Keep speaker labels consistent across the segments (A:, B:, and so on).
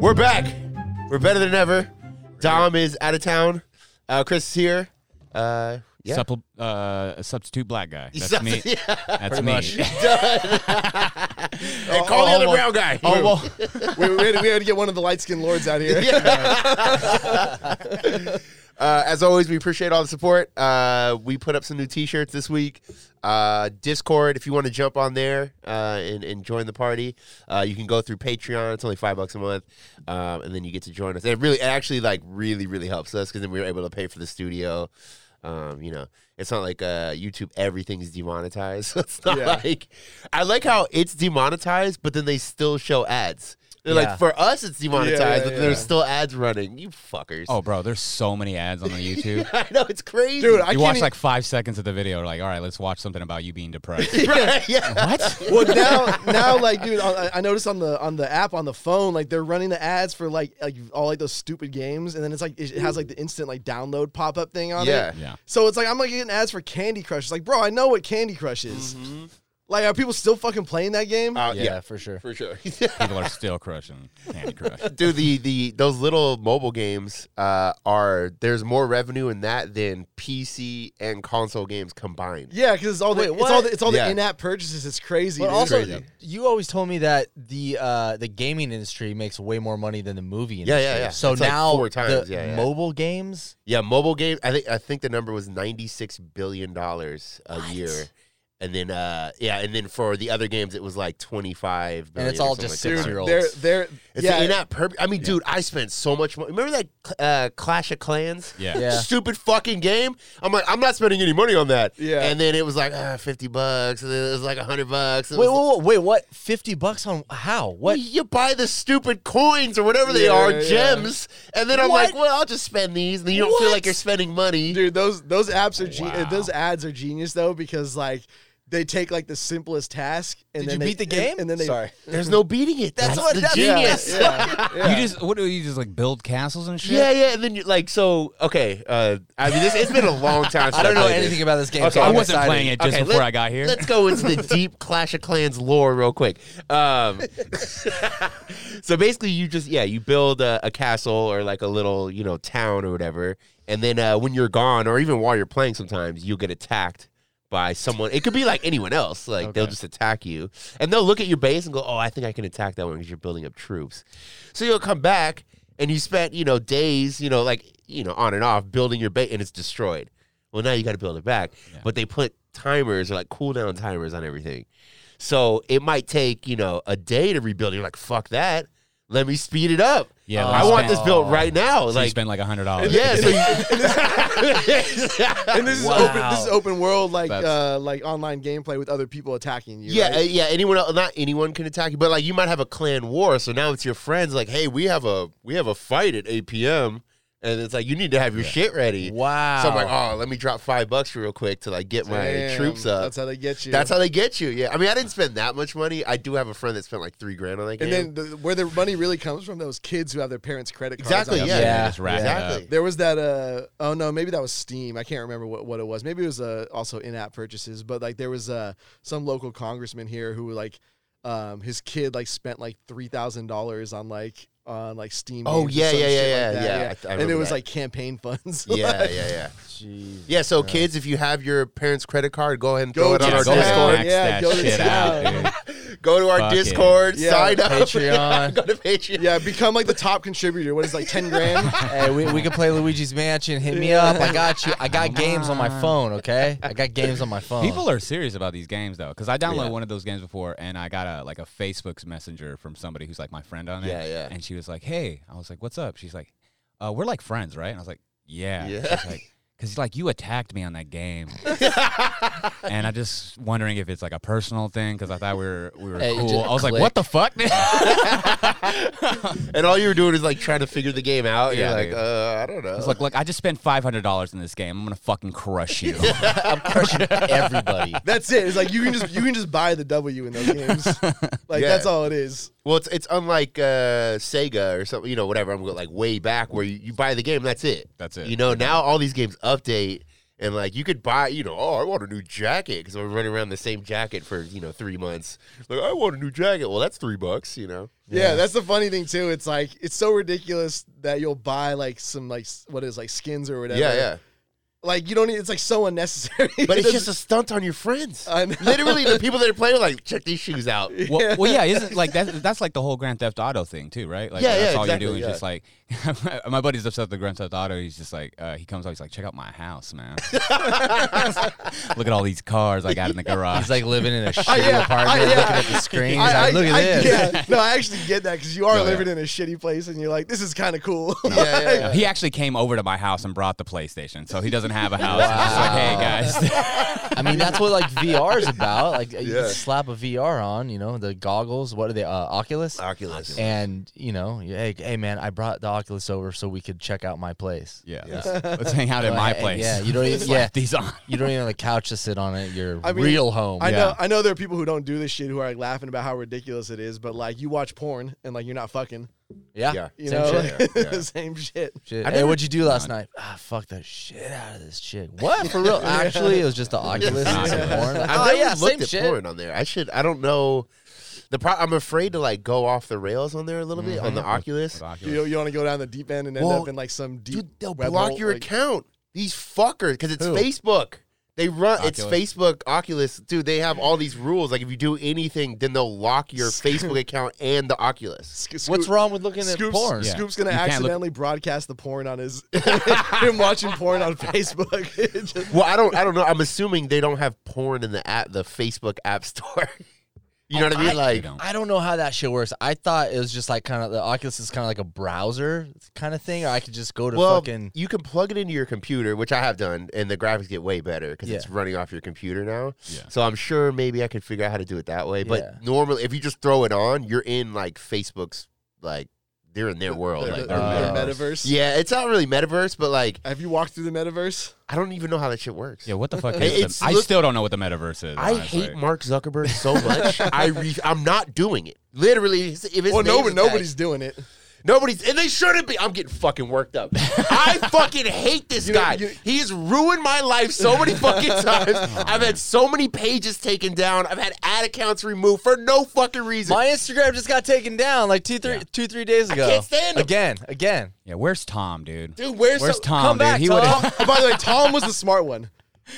A: We're back. We're better than ever. Dom is out of town. Uh, Chris is here. Uh, yeah.
B: Supple, uh, a substitute black guy. That's me.
A: Yeah.
B: That's me.
A: And call the
C: oh,
A: other
C: oh,
A: brown guy.
C: Oh, well, we, we, had to, we had to get one of the light skinned lords out here.
A: Uh, as always, we appreciate all the support. Uh, we put up some new T-shirts this week. Uh, Discord, if you want to jump on there uh, and, and join the party, uh, you can go through Patreon. It's only five bucks a month, um, and then you get to join us. And it really, it actually, like really, really helps us because then we were able to pay for the studio. Um, you know, it's not like uh, YouTube; everything's demonetized. it's not
C: Yeah.
A: like I like how it's demonetized, but then they still show ads. They're
D: Yeah.
A: like for us, it's demonetized,
C: yeah,
A: but there's
C: yeah.
A: still ads running. You fuckers!
B: Oh, bro, there's so many ads on the YouTube.
A: I know it's crazy,
C: Dude, I
B: you
C: can't.
B: watch
C: e-
B: like five seconds of the video. Like, all right, let's watch something about you being depressed.
A: Right, yeah.
B: what?
C: well now, now like dude, I, I noticed on the on the app on the phone, like they're running the ads for like like all like those stupid games, and then it's like it has like the instant like download pop up thing on
A: Yeah.
C: it.
B: Yeah.
C: So it's like I'm like getting ads for Candy Crush. It's like, bro, I know what Candy Crush is.
D: Mm-hmm.
C: Like, are people still fucking playing that game?
A: Uh,
D: Yeah, for sure.
A: for sure.
B: People are still crushing Candy Crush.
A: Dude, the, the those little mobile games uh, are there's more revenue in that than PC and console games combined.
C: yeah, because it's all the
D: Wait,
C: it's all
D: what?
C: the it's all
A: Yeah.
C: the in app purchases. It's crazy.
D: But
C: dude.
D: also,
A: Crazy.
D: you always told me that the uh, the gaming industry makes way more money than the movie
A: Yeah,
D: industry.
A: yeah, yeah.
D: So
A: It's like
D: now
A: four times,
D: the
A: yeah, yeah.
D: mobile games.
A: Yeah, mobile game. I think I think the number was ninety six billion dollars a year, and then uh, yeah, and then for the other games it was like twenty five.
D: And it's all just
A: like that.
D: six-year-olds.
C: they're they're
A: It's
C: yeah,
A: yeah, not perfect. I mean, dude, I spent so much money. Remember that uh, Clash of Clans?
B: Yeah.
D: Yeah.
A: Stupid fucking game. I'm like, I'm not spending any money on that.
C: Yeah.
A: And then it was like ah, fifty bucks. And then it was like hundred bucks. and it
D: Wait,
A: was
D: wait, wait, wait, what? Fifty bucks on how? What?
A: Well, you buy the stupid coins or whatever they
C: Yeah,
A: are,
C: yeah.
A: gems, and then I'm
D: What?
A: like, well, I'll just spend these, and you don't feel
D: What?
A: like you're spending money.
C: dude those those apps are gen- uh,
B: Wow.
C: those ads are genius though because like they take like the simplest task and
D: Did
C: then
D: you
C: they,
D: beat the
C: and-
D: game?
C: and, then they
D: Sorry.
A: There's no beating it. That's,
D: That's what-
A: the
D: that's-
C: yeah,
A: genius. Yeah,
C: yeah, yeah.
B: You just what do you just like build castles and shit?
A: yeah, and then you're like, so okay. Uh, I mean, this, it's been a long time. Since
D: I don't know
A: played
D: anything
A: this.
D: about this game.
A: Okay,
D: so
B: I
D: I'm
B: wasn't
D: excited.
B: playing it just
A: Okay,
B: before
A: let-
B: I got here.
A: Let's go into the deep Clash of Clans lore real quick. Um, so basically, you just yeah, you build a, a castle or like a little you know town or whatever, and then uh, when you're gone or even while you're playing, sometimes you'll get attacked by someone. It could be like anyone else. Like they'll just attack you, and they'll look at your base and go, "Oh, I think I can attack that one because you're building up troops." So you'll come back and you spent you know days you know like you know on and off building your base and it's destroyed. Well, now you got to build it back, but they put timers or like cooldown timers on everything. So it might take, you know, a day to rebuild. You're like, fuck that. Let me speed it up.
B: Yeah, let
A: I
B: me
A: want
B: spend-
A: this built right now.
B: So you
A: like,
B: spend like a hundred dollars.
A: yeah. So
C: and
A: you-
C: this is
D: Wow.
C: open this is open world like
B: That's-
C: uh like online gameplay with other people attacking you
A: yeah,
C: right?
A: uh, yeah. Anyone, else, not anyone, can attack you. But like, you might have a clan war. So now it's your friends. Like, hey, we have a we have a fight at 8 p.m. And it's like you need to have your shit ready.
D: Wow.
A: So I'm like, oh, let me drop five bucks real quick to like get my
C: Damn,
A: troops up.
C: that's how they get you
A: That's how they get you. Yeah. I mean, I didn't spend that much money. I do have a friend that spent like three grand on that game.
C: and then the, where the money really comes from those kids who have their parents credit cards
A: exactly.
C: on
A: Yeah.
C: them.
D: Yeah,
B: just rack it
A: exactly.
C: There was that. Uh, oh no, maybe that was Steam. I can't remember what, what it was. Maybe it was uh, also in-app purchases. But like there was uh, some local congressman here who like um, his kid like spent like three thousand dollars on like on like Steam.
A: Oh,
C: games or
A: yeah,
C: some
A: yeah,
C: shit
A: yeah,
C: like
A: yeah,
C: that,
A: yeah. I th- I
C: and it
A: remember
C: was
A: that.
C: like campaign funds.
A: Yeah,
C: Like,
A: yeah, yeah. Yeah, so kids, if you have your parents' credit card, go ahead and throw
C: Go
A: it on
C: to
A: our
C: Discord.
A: Discord.
C: Yeah, go to
B: out, dude.
A: Go to our
B: Fuck it.
A: Discord,
C: Yeah.
A: sign up.
D: Patreon.
A: go to Patreon.
C: yeah. Become like the top contributor. What is like ten grand?
D: Hey, we, we can play Luigi's Mansion. Hit me up. I got you. I got games on my phone. Okay, I got games on my phone.
B: People are serious about these games though, because I downloaded
A: Oh. Yeah.
B: one of those games before, and I got a like a Facebook's messenger from somebody who's like my friend on it.
A: Yeah, yeah.
B: And she was like, "Hey," I was like, "What's up?" She's like, uh, "We're like friends, right?" And I was like, "Yeah."
A: Yeah.
B: She's like, Cause like you attacked me on that game, and I just wondering if it's like a personal thing because I thought we were we were
D: Hey, you
B: cool.
D: just
B: I was like,
D: click.
B: what the fuck? I
A: And all you were doing is like trying to figure the game out.
B: Yeah,
A: You're like,
B: dude.
A: uh, I don't know.
B: was like, look, I just spent five hundred dollars in this game. I'm gonna fucking crush you.
D: I'm crushing everybody.
C: That's it. It's like you can just you can just buy the W in those games. Like
A: Yeah.
C: that's all it is.
A: well, it's it's unlike uh, Sega or something, you know, whatever. I'm going like way back where you, you buy the game, that's it.
B: That's it.
A: You know, now all these games update And like you could buy, you know, oh, I want a new jacket because I'm running around the same jacket for you know three months. Like I want a new jacket. Well, that's three bucks, you know.
C: Yeah, that's the funny thing too. It's like it's so ridiculous that you'll buy like some like s- what is like skins or whatever.
A: Yeah, yeah.
C: Like you don't need. It's like so unnecessary.
A: But it's just a stunt on your friends.
C: I know.
A: Literally, the people that are playing are like, check these shoes out.
B: Well, yeah. well, yeah, isn't like that? That's like the whole Grand Theft Auto thing too, right? Like
A: Yeah,
B: that's
A: yeah,
B: all
A: exactly,
B: you're doing.
A: yeah.
B: is Just like my buddy's obsessed with Grand Theft Auto. He's just like uh, he comes out. He's like, check out my house, man. Look at all these cars I got in the garage.
D: He's like living in a shitty
C: yeah,
D: apartment,
C: I- yeah.
D: looking at the screen. He's like, look at
C: I-
D: this.
C: yeah. No, I actually get that because you are
B: No, yeah.
C: living in a shitty place and you're like, this is kind of cool.
A: yeah, yeah.
B: Uh, he actually came over to my house and brought the PlayStation, so he doesn't have a house. He's just like, hey guys,
D: I mean, that's what like VR is about. Like you
A: Yeah.
D: can slap a VR on, you know, the goggles. What are they? Uh, Oculus.
A: Oculus.
D: And you know, you- hey, hey, man, I brought the Oculus over so we could check out my place.
B: yeah, Let's, let's hang out at
D: Like,
B: my
D: hey,
B: place.
D: Yeah, you don't
A: e-
D: even. yeah,
B: Slap these on.
D: you don't even have a couch to sit on at your
C: I mean,
D: real home.
C: I
D: yeah.
C: know. I know there are people who don't do this shit who are like laughing about how ridiculous it is, but like you watch porn and like you're not fucking.
D: Yeah.
A: Yeah.
C: You
D: Same
C: know,
D: shit.
A: Yeah, yeah.
C: same shit.
D: Shit.
A: I've
D: Hey,
A: never-
D: what'd you do last night? Ah, fuck the shit out of this chick. What for real? Actually, it was just the Oculus. and some
B: Oculus.
D: porn. Like,
A: I've
D: oh
A: never
D: yeah,
A: looked
D: same
A: at
D: shit.
A: porn on there. I should. I don't know. The pro- I'm afraid to like go off the rails on there a little
C: Mm-hmm.
A: bit on the Oculus.
C: You, you want to go down the deep end and end
A: Well,
C: up in like some deep.
A: Dude, they'll
C: web
A: block
C: hole,
A: your
C: like-
A: account. These fuckers, because it's
D: Who?
A: Facebook. They run. It's
B: Oculus.
A: Facebook, Oculus, dude. They have all these rules. Like if you do anything, then they'll lock your Facebook account and the Oculus.
C: Sco-
D: What's
C: Scoop-
D: wrong with looking at
C: Scoop's,
D: porn?
B: Yeah.
C: Scoop's gonna
B: You can't look-
C: accidentally broadcast the porn on his him watching porn on Facebook. It just-
A: Well, I don't. I don't know. I'm assuming they don't have porn in the app, the Facebook app store. you know what I mean?
B: They
A: Like,
B: don't.
D: I don't know how that shit works. I thought it was just like kind of the Oculus is kind of like a browser kind of thing, or I could just go to
A: well,
D: fucking
A: you can plug it into your computer, which I have done, and the graphics get way better because it's
D: Yeah.
A: running off your computer now.
B: Yeah.
A: So I'm sure maybe I can figure out how to do it that way.
D: Yeah.
A: But normally, if you just throw it on, you're in like Facebook's like they're in their world.
C: their-
A: like
C: their-
A: they're-
C: their metaverse.
A: yeah, it's not really metaverse, but like
C: Have you walked through the metaverse?
A: I don't even know how that shit works.
B: Yeah, what the fuck
A: Hey,
B: is
A: it's-
B: the, I
A: look-
B: still don't know what the metaverse is.
A: I
B: honestly.
A: hate Mark Zuckerberg so much. I re- I'm not doing it. Literally, if it's
C: Well, no, but nobody's doing it.
A: Nobody's, and they shouldn't be. I'm getting fucking worked up. I fucking hate this
C: You know,
A: guy.
C: you-
A: he has ruined my life so many fucking times. I've had so many pages taken down. I've had ad accounts removed for no fucking reason.
D: My Instagram just got taken down like two, three,
B: Yeah.
D: two, three days ago.
A: can't stand 'em.
D: again, again.
B: Yeah, where's Tom, dude?
A: Dude, where's,
B: Where's
A: some-
B: Tom,
D: come
B: dude?
D: back,
B: he
D: Tom.
B: would've-
C: Tom- Oh, by the way, Tom was the smart one.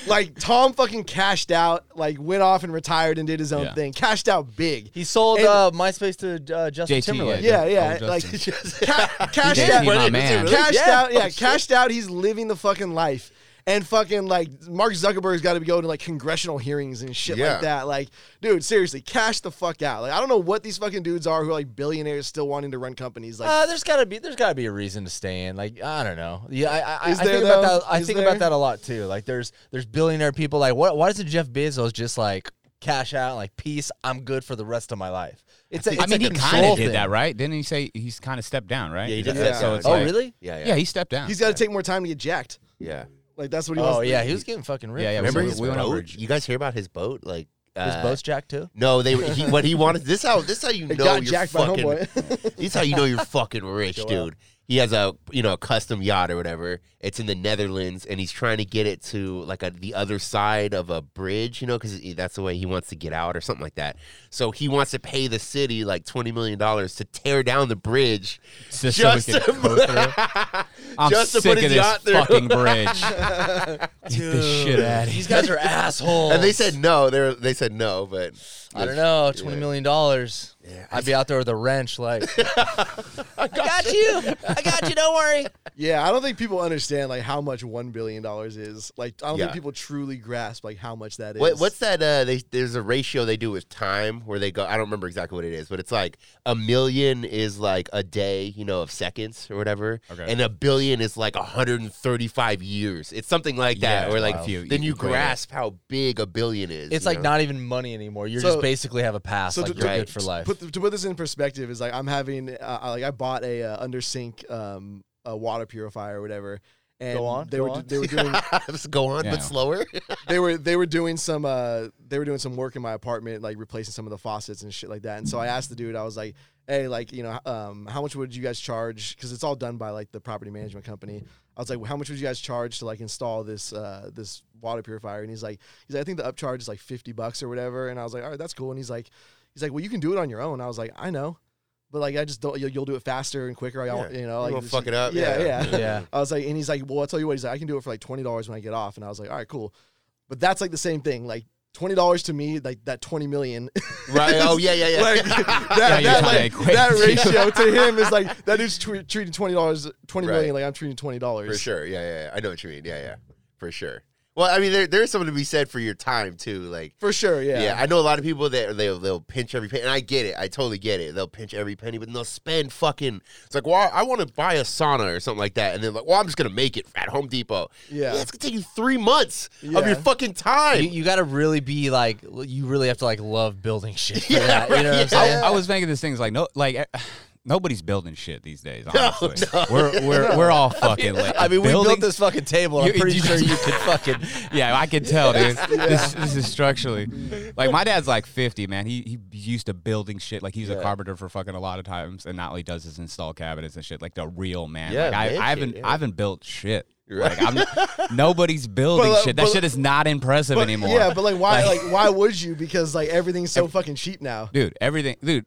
C: Like Tom fucking cashed out, like went off and retired and did his own
B: Yeah.
C: thing. Cashed out big.
D: He sold
C: And-
D: uh, MySpace to uh, Justin
B: JT, yeah.
D: Timberlake.
C: yeah, yeah,
B: Old
C: like
B: Justin.
C: ca- cashed
B: JT,
C: out,
B: my
C: Wait, is it
B: man.
C: cashed
D: Yeah.
C: out, yeah, cashed out. He's living the fucking life. And fucking like Mark Zuckerberg's got to be going to like congressional hearings and shit
A: Yeah.
C: like that. Like, dude, seriously, cash the fuck out. Like, I don't know what these fucking dudes are who are like billionaires still wanting to run companies. Like,
D: Uh, there's gotta be there's gotta be a reason to stay in. Like I don't know. Yeah, I, I,
C: Is
D: I
C: there,
D: think about
C: though?
D: that. I
C: Is
D: think
C: there?
D: about that a lot too. Like there's there's billionaire people. Like what? Why doesn't Jeff Bezos just like cash out? Like peace. I'm good for the rest of my life. It's a, it's
B: I mean,
D: a
B: he kind
D: control
B: of did
D: thing.
B: that, right? Didn't he say he's kind of stepped down, right?
A: Yeah, he did
C: Yeah.
A: that.
C: So
B: it's
D: Oh
B: like-
D: really?
A: yeah, yeah,
B: Yeah, he stepped down.
C: he's got to take more time to get jacked.
A: yeah.
C: Like that's what he wants.
D: Oh
C: to
D: yeah,
C: do.
D: he was getting fucking ripped.
B: Yeah, yeah,
D: for
A: Remember
D: some
A: his
B: we
D: reason.
B: went over
A: boat?
B: it.
A: You guys hear about his boat? Like
D: his
A: uh,
D: boat's jacked too.
A: No, they he, what he wanted. This how this how you
C: It
A: know
C: got
A: you're
C: jacked
A: fucking.
C: by homeboy.
A: This how you know you're fucking rich, dude. He has a you know a custom yacht or whatever. It's in the Netherlands, and he's trying to get it to like a, the other side of a bridge, you know, because that's the way he wants to get out or something like that. So he wants to pay the city like twenty million dollars to tear down the bridge
B: Just so we
A: just,
B: could
A: to,
B: go I'm
A: just to
B: sick
A: put
B: of
A: his
B: this
A: yacht through.
B: fucking bridge. Get this shit out of
D: These guys are assholes.
A: And they said no. They were, they said no, but
D: I don't know, twenty million dollars. I'd be out there with a wrench, like I got you, I got you. Don't worry.
C: yeah, I don't think people understand like how much one billion dollars is. Like, I don't
A: Yeah.
C: think people truly grasp like how much that is.
A: What, what's that? Uh, they, there's a ratio they do with time where they go. I don't remember exactly what it is, but it's like a million is like a day, you know, of seconds or whatever,
B: Okay.
A: and a billion is like 135 years. It's something like that.
B: Yeah,
A: where like
B: wow. if you-
A: then
B: you
A: you
B: equate it.
A: grasp how big a billion is.
D: It's
A: you
D: like
A: know?
D: not even money anymore. You are
C: So-
D: just basically have a pass.
C: so
D: like
C: to-
D: you're
A: to-
D: good for life.
C: Put to put this in perspective is like I'm having uh, I- like I bought a uh, under sink um a water purifier or whatever. And
D: Go on,
C: They
D: go
C: were
D: on.
C: they were doing
A: Just go on,
B: Yeah.
A: but slower.
C: they were they were doing some uh they were doing some work in my apartment like replacing some of the faucets and shit like that. And so I asked the dude I was like, "Hey, like, you know, um how much would you guys charge cuz it's all done by like the property management company." I was like, well, how much would you guys charge to like install this uh, this water purifier? And he's like, he's like, I think the upcharge is like fifty bucks or whatever. And I was like, all right, that's cool. And he's like, he's like, well, you can do it on your own. I was like, I know, but like, I just don't. You'll, you'll do it faster and quicker. I don't,
A: Yeah.
C: you know,
A: You
C: like
A: won't
C: this-
A: fuck it up.
C: Yeah,
A: Yeah.
C: yeah.
D: Yeah.
C: I was like, and he's like, well, I'll tell you what. He's like, I can do it for like twenty dollars when I get off. And I was like, all right, cool. But that's like the same thing. Like twenty dollars to me, like that twenty million.
A: Right? Oh yeah, yeah, yeah.
C: like
B: Yeah,
C: that,
B: you're
C: that,
B: trying to
C: like,
B: equate
C: that
B: the two.
C: ratio to him is like that dude's tw- treating twenty dollars, twenty million
A: Right.
C: like I'm treating twenty
A: for
C: dollars.
A: sure. Yeah, yeah, yeah. I know what you mean. Yeah, yeah, for sure. Well, I mean, there there's something to be said for your time too. Like,
C: For sure, yeah.
A: yeah. I know a lot of people that they'll they'll pinch every penny, and I get it. I totally get it. They'll pinch every penny, but they'll spend fucking. It's like, well, I want to buy a sauna or something like that, and they're like, well, I'm just gonna make it at Home Depot.
C: Yeah.
A: it's gonna take you three months of
C: Yeah.
A: your fucking time.
D: You, you got to really be like, you really have to like love building shit. For
A: Yeah,
D: that, you know what
A: yeah.
D: I'm saying?
B: I was thinking this thing's like no, like eh, nobody's building shit these days.
A: No,
B: Honestly,
A: no.
B: we're we're we're all fucking. like,
D: I mean, we
B: building-
D: built this fucking table. and I'm
B: You-
D: pretty
B: you-
D: sure you could fucking.
B: Yeah, I can tell, dude. This, this is structurally like my dad's like fifty, man. He he's used to building shit. Like he's
A: Yeah.
B: a carpenter for fucking a lot of times, and not only does his install cabinets and shit, like the real man.
A: Yeah,
B: like I,
A: man
B: I haven't
A: shit, yeah.
B: I haven't built shit.
A: Right.
B: Like I'm nobody's building
C: But, uh,
B: shit. That
C: but-
B: shit is not impressive
C: but,
B: anymore.
C: Yeah, but like why like, why would you? Because like everything's so fucking cheap now.
B: dude, everything, dude.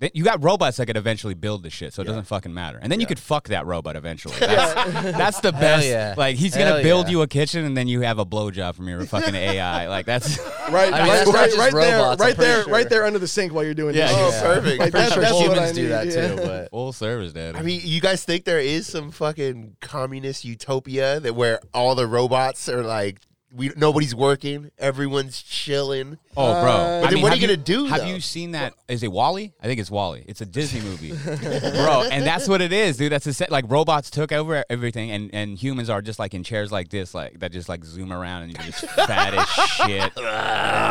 B: th- You got robots that could eventually build the shit, so it doesn't fucking matter. And then you could fuck that robot eventually. That's, that's the best.
D: yeah.
B: Like he's
D: Hell
B: gonna build
D: yeah.
B: you a kitchen, and then you have a blowjob from your fucking AI. Like that's
C: Right,
D: I mean,
C: right,
D: that's not
C: right,
D: just
C: right there,
D: robots, I'm
C: right there,
D: pretty
C: right
D: sure.
C: there under the sink while you're doing
B: Yeah,
C: this.
B: yeah.
A: oh,
C: shit.
A: perfect.
C: Like,
D: Pretty
C: that-
D: sure
C: that's what I
D: humans do
C: need,
D: that
C: yeah.
D: too, but
B: full service, daddy.
A: I mean, you guys think there is some fucking communist utopia that where all the robots are like we nobody's working, everyone's chilling.
B: Oh, bro.
C: Uh,
A: But then what are
B: have
A: you gonna do,
B: Have
A: though?
B: you seen that? Is it Wally? I think it's Wally. It's a Disney movie, bro. And that's what it is, dude. That's a set. Like robots took over everything, and and humans are just like in chairs like this, like that, just like zoom around and you're just fat as shit.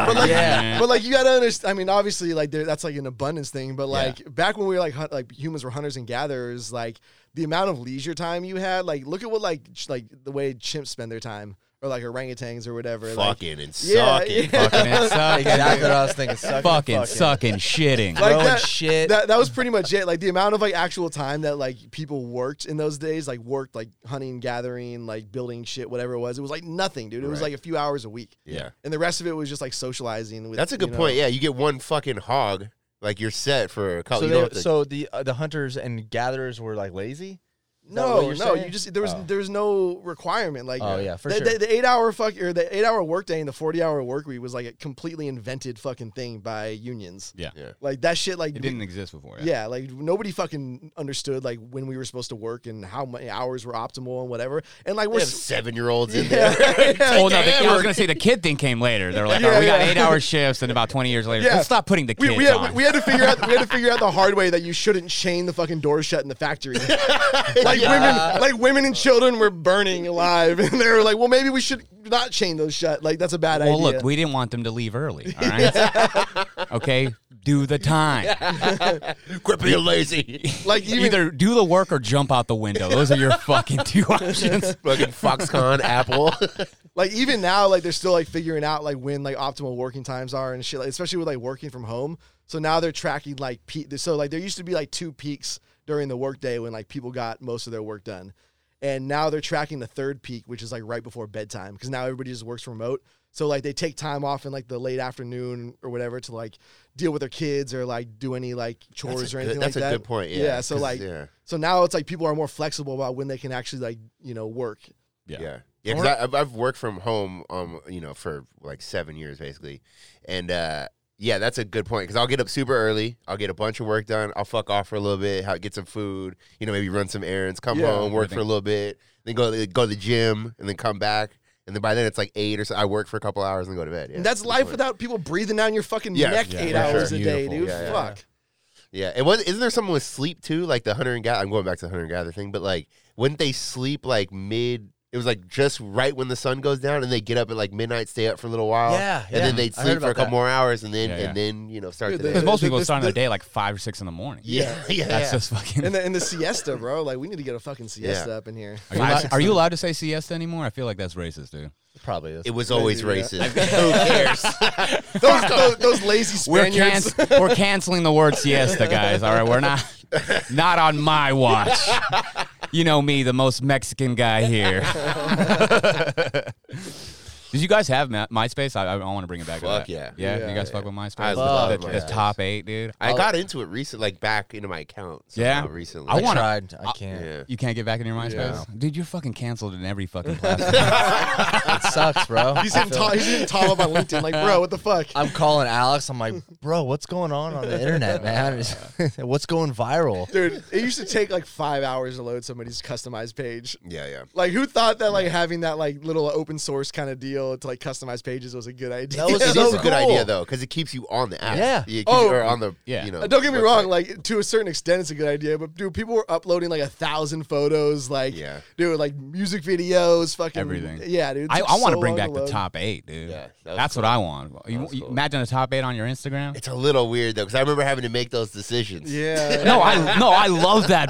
C: But like,
B: Yeah.
C: but like you gotta understand. I mean, obviously, like there, that's like an abundance thing. But like back when we were like hunt, like humans were hunters and gatherers, like the amount of leisure time you had, like look at what like ch- like the way chimps spend their time, or like orangutans or whatever. Like,
A: Fucking and
C: Yeah,
A: sucking.
C: yeah.
B: Fucking and sucking,
D: exactly what I was thinking. Sucking,
B: fucking, sucking, shitting.
C: Like
D: Throwing
C: that-
D: shit.
C: that that was pretty much it. Like the amount of like actual time that like people worked in those days, like worked like hunting, gathering, like building shit, whatever it was. It was like nothing, dude. It was
A: Right.
C: like a few hours a week,
A: Yeah.
C: and the rest of it was just like socializing. With,
A: That's a
C: you
A: good
C: know.
A: point. Yeah, you get one fucking hog, like you're set for a
B: Oh,
A: couple.
D: so,
A: you don't
D: they,
A: have to-
D: so the uh, the hunters and gatherers were like lazy. Is that what
C: No,
D: you're
C: no,
D: saying?
C: you just there was
D: Oh.
C: there was no requirement. Like,
D: Oh, yeah, for
C: the,
D: sure.
C: The, the eight hour fuck or the eight hour workday and the forty hour work week was like a completely invented fucking thing by unions.
B: Yeah.
A: Yeah.
C: Like that shit. Like,
B: It didn't exist before.
C: yeah. like nobody fucking understood like when we were supposed to work and how many hours were optimal and whatever. And like
A: we
C: we're
A: have
C: s-
A: seven year olds in
C: Yeah.
A: there. It's
B: Oh
A: like,
B: no! The, I was
A: "Damn,
B: gonna say the kid thing came later. They're like,
C: Yeah,
B: all right, we got
C: yeah.
B: eight-hour shifts, and about twenty years later,
C: Yeah.
B: let's stop putting the
C: we,
B: kids
C: we, had,
B: on.
C: we had to figure out we had to figure out the hard way that you shouldn't chain the fucking doors shut in the factory. like women like women and children were burning alive and they were like, well maybe we should not chain those shut. Like that's a bad
B: Well,
C: idea.
B: look, we didn't want them to leave early. All right. okay. Do the time.
A: Quit being lazy.
C: like even
B: Either do the work or jump out the window. Those are your fucking two options.
A: fucking Foxconn, Apple.
C: like even now like they're still like figuring out like when like optimal working times are and shit like especially with like working from home so now they're tracking like peak so like there used to be like two peaks during the workday when like people got most of their work done and now they're tracking the third peak which is like right before bedtime because now everybody just works remote so like they take time off in like the late afternoon or whatever to like deal with their kids or like do any like chores
A: That's a
C: or
A: good-
C: anything
A: that's
C: like
A: a
C: that
A: good point, yeah,
C: yeah so
A: 'cause,
C: like
A: yeah.
C: so now it's like people are more flexible about when they can actually like you know work
A: Yeah. Yeah, because I've, I've worked from home, um, you know, for like seven years basically, and uh, yeah, that's a good point. Because I'll get up super early, I'll get a bunch of work done, I'll fuck off for a little bit, ha- get some food, you know, maybe run some errands, come
C: Yeah.
A: home, work for a little bit, then go to the- go to the gym, and then come back, and then by then it's like eight or so. I work for a couple hours and go to bed. Yeah,
C: And that's
A: good
C: life
A: point.
C: without people breathing down your fucking
A: Yeah,
C: neck
A: yeah,
C: eight
A: for
C: hours
B: sure.
C: a day,
B: Beautiful.
C: dude.
A: Yeah, yeah,
C: Fuck.
A: Yeah, and was isn't there someone with sleep too? Like the hunter and gather. I'm going back to the hunter and gather thing, but like, wouldn't they sleep like mid? It was like just right when the sun goes down, and they get up at like midnight, stay up for a little while.
D: Yeah,
A: and
D: yeah.
A: then they'd
D: I heard
A: sleep for a
D: about
A: couple
D: that.
A: more hours, and then
B: Yeah, yeah.
A: and then you know start
C: Dude,
A: the
C: the-
A: day.
B: Because most
C: This-
B: people
C: this-
B: start their
C: this-
B: day like five or six in the morning.
A: Yeah, yeah,
B: That's
A: yeah.
B: just fucking.
C: And the, and the siesta, bro. Like, we need to get a fucking siesta up in here.
B: are, you allowed, are you allowed to say siesta anymore? I feel like that's racist, dude.
D: Probably is.
A: it was always
C: Yeah.
A: racist. Who cares?
C: Those, those, those lazy
B: We're,
C: Spaniards.
B: canc- we're canceling the word siesta, guys. All right, we're not not on my watch. you know me, the most Mexican guy here. Did you guys have Ma- MySpace? I, I want to bring it back. to
A: Fuck
B: that.
A: yeah.
B: yeah.
C: Yeah,
B: You guys
A: yeah.
B: fuck with MySpace.
A: I
B: The-
A: love
B: the, the
A: MySpace.
B: top eight, dude.
A: I got into it recently, like back into my account.
B: Yeah.
A: somehow recently.
B: I
D: I,
B: wanna-
D: tried. I
B: I-
D: can't.
A: Yeah.
B: You can't get back in your MySpace, dude. You're fucking canceled in every fucking platform.
D: It sucks, bro.
C: He's hitting, Tom, he's hitting Tom up on LinkedIn, like, bro, what the fuck?
D: I'm calling Alex. I'm like, bro, what's going on on the internet, man? what's going viral?
C: Dude, it used to take like five hours to load somebody's customized page.
A: Yeah, yeah.
C: Like, who thought that like having that like little open source kind of deal to like customize pages was a good idea?
D: That was
A: It is
D: so
A: a good
D: cool.
A: idea though, because it keeps you on the app.
D: Yeah.
A: It keeps
C: Oh,
A: you- or on the
B: yeah.
A: You know,
C: Uh, Don't get me
A: website.
C: wrong, like to a certain extent, it's a good idea. But dude, people were uploading like a thousand photos, like
A: Yeah.
C: dude, like music videos, fucking
B: Everything.
C: Yeah, dude. it
B: I,
C: took
B: I want
C: so
B: to bring
C: long
B: back the
C: load.
B: top eight, dude.
A: Yeah, that was
B: That's what I want. You,
A: was
B: you
A: cool.
B: imagine a top eight on your Instagram.
A: It's a little weird though, because I remember having to make those decisions.
C: Yeah.
B: no, I no, I love that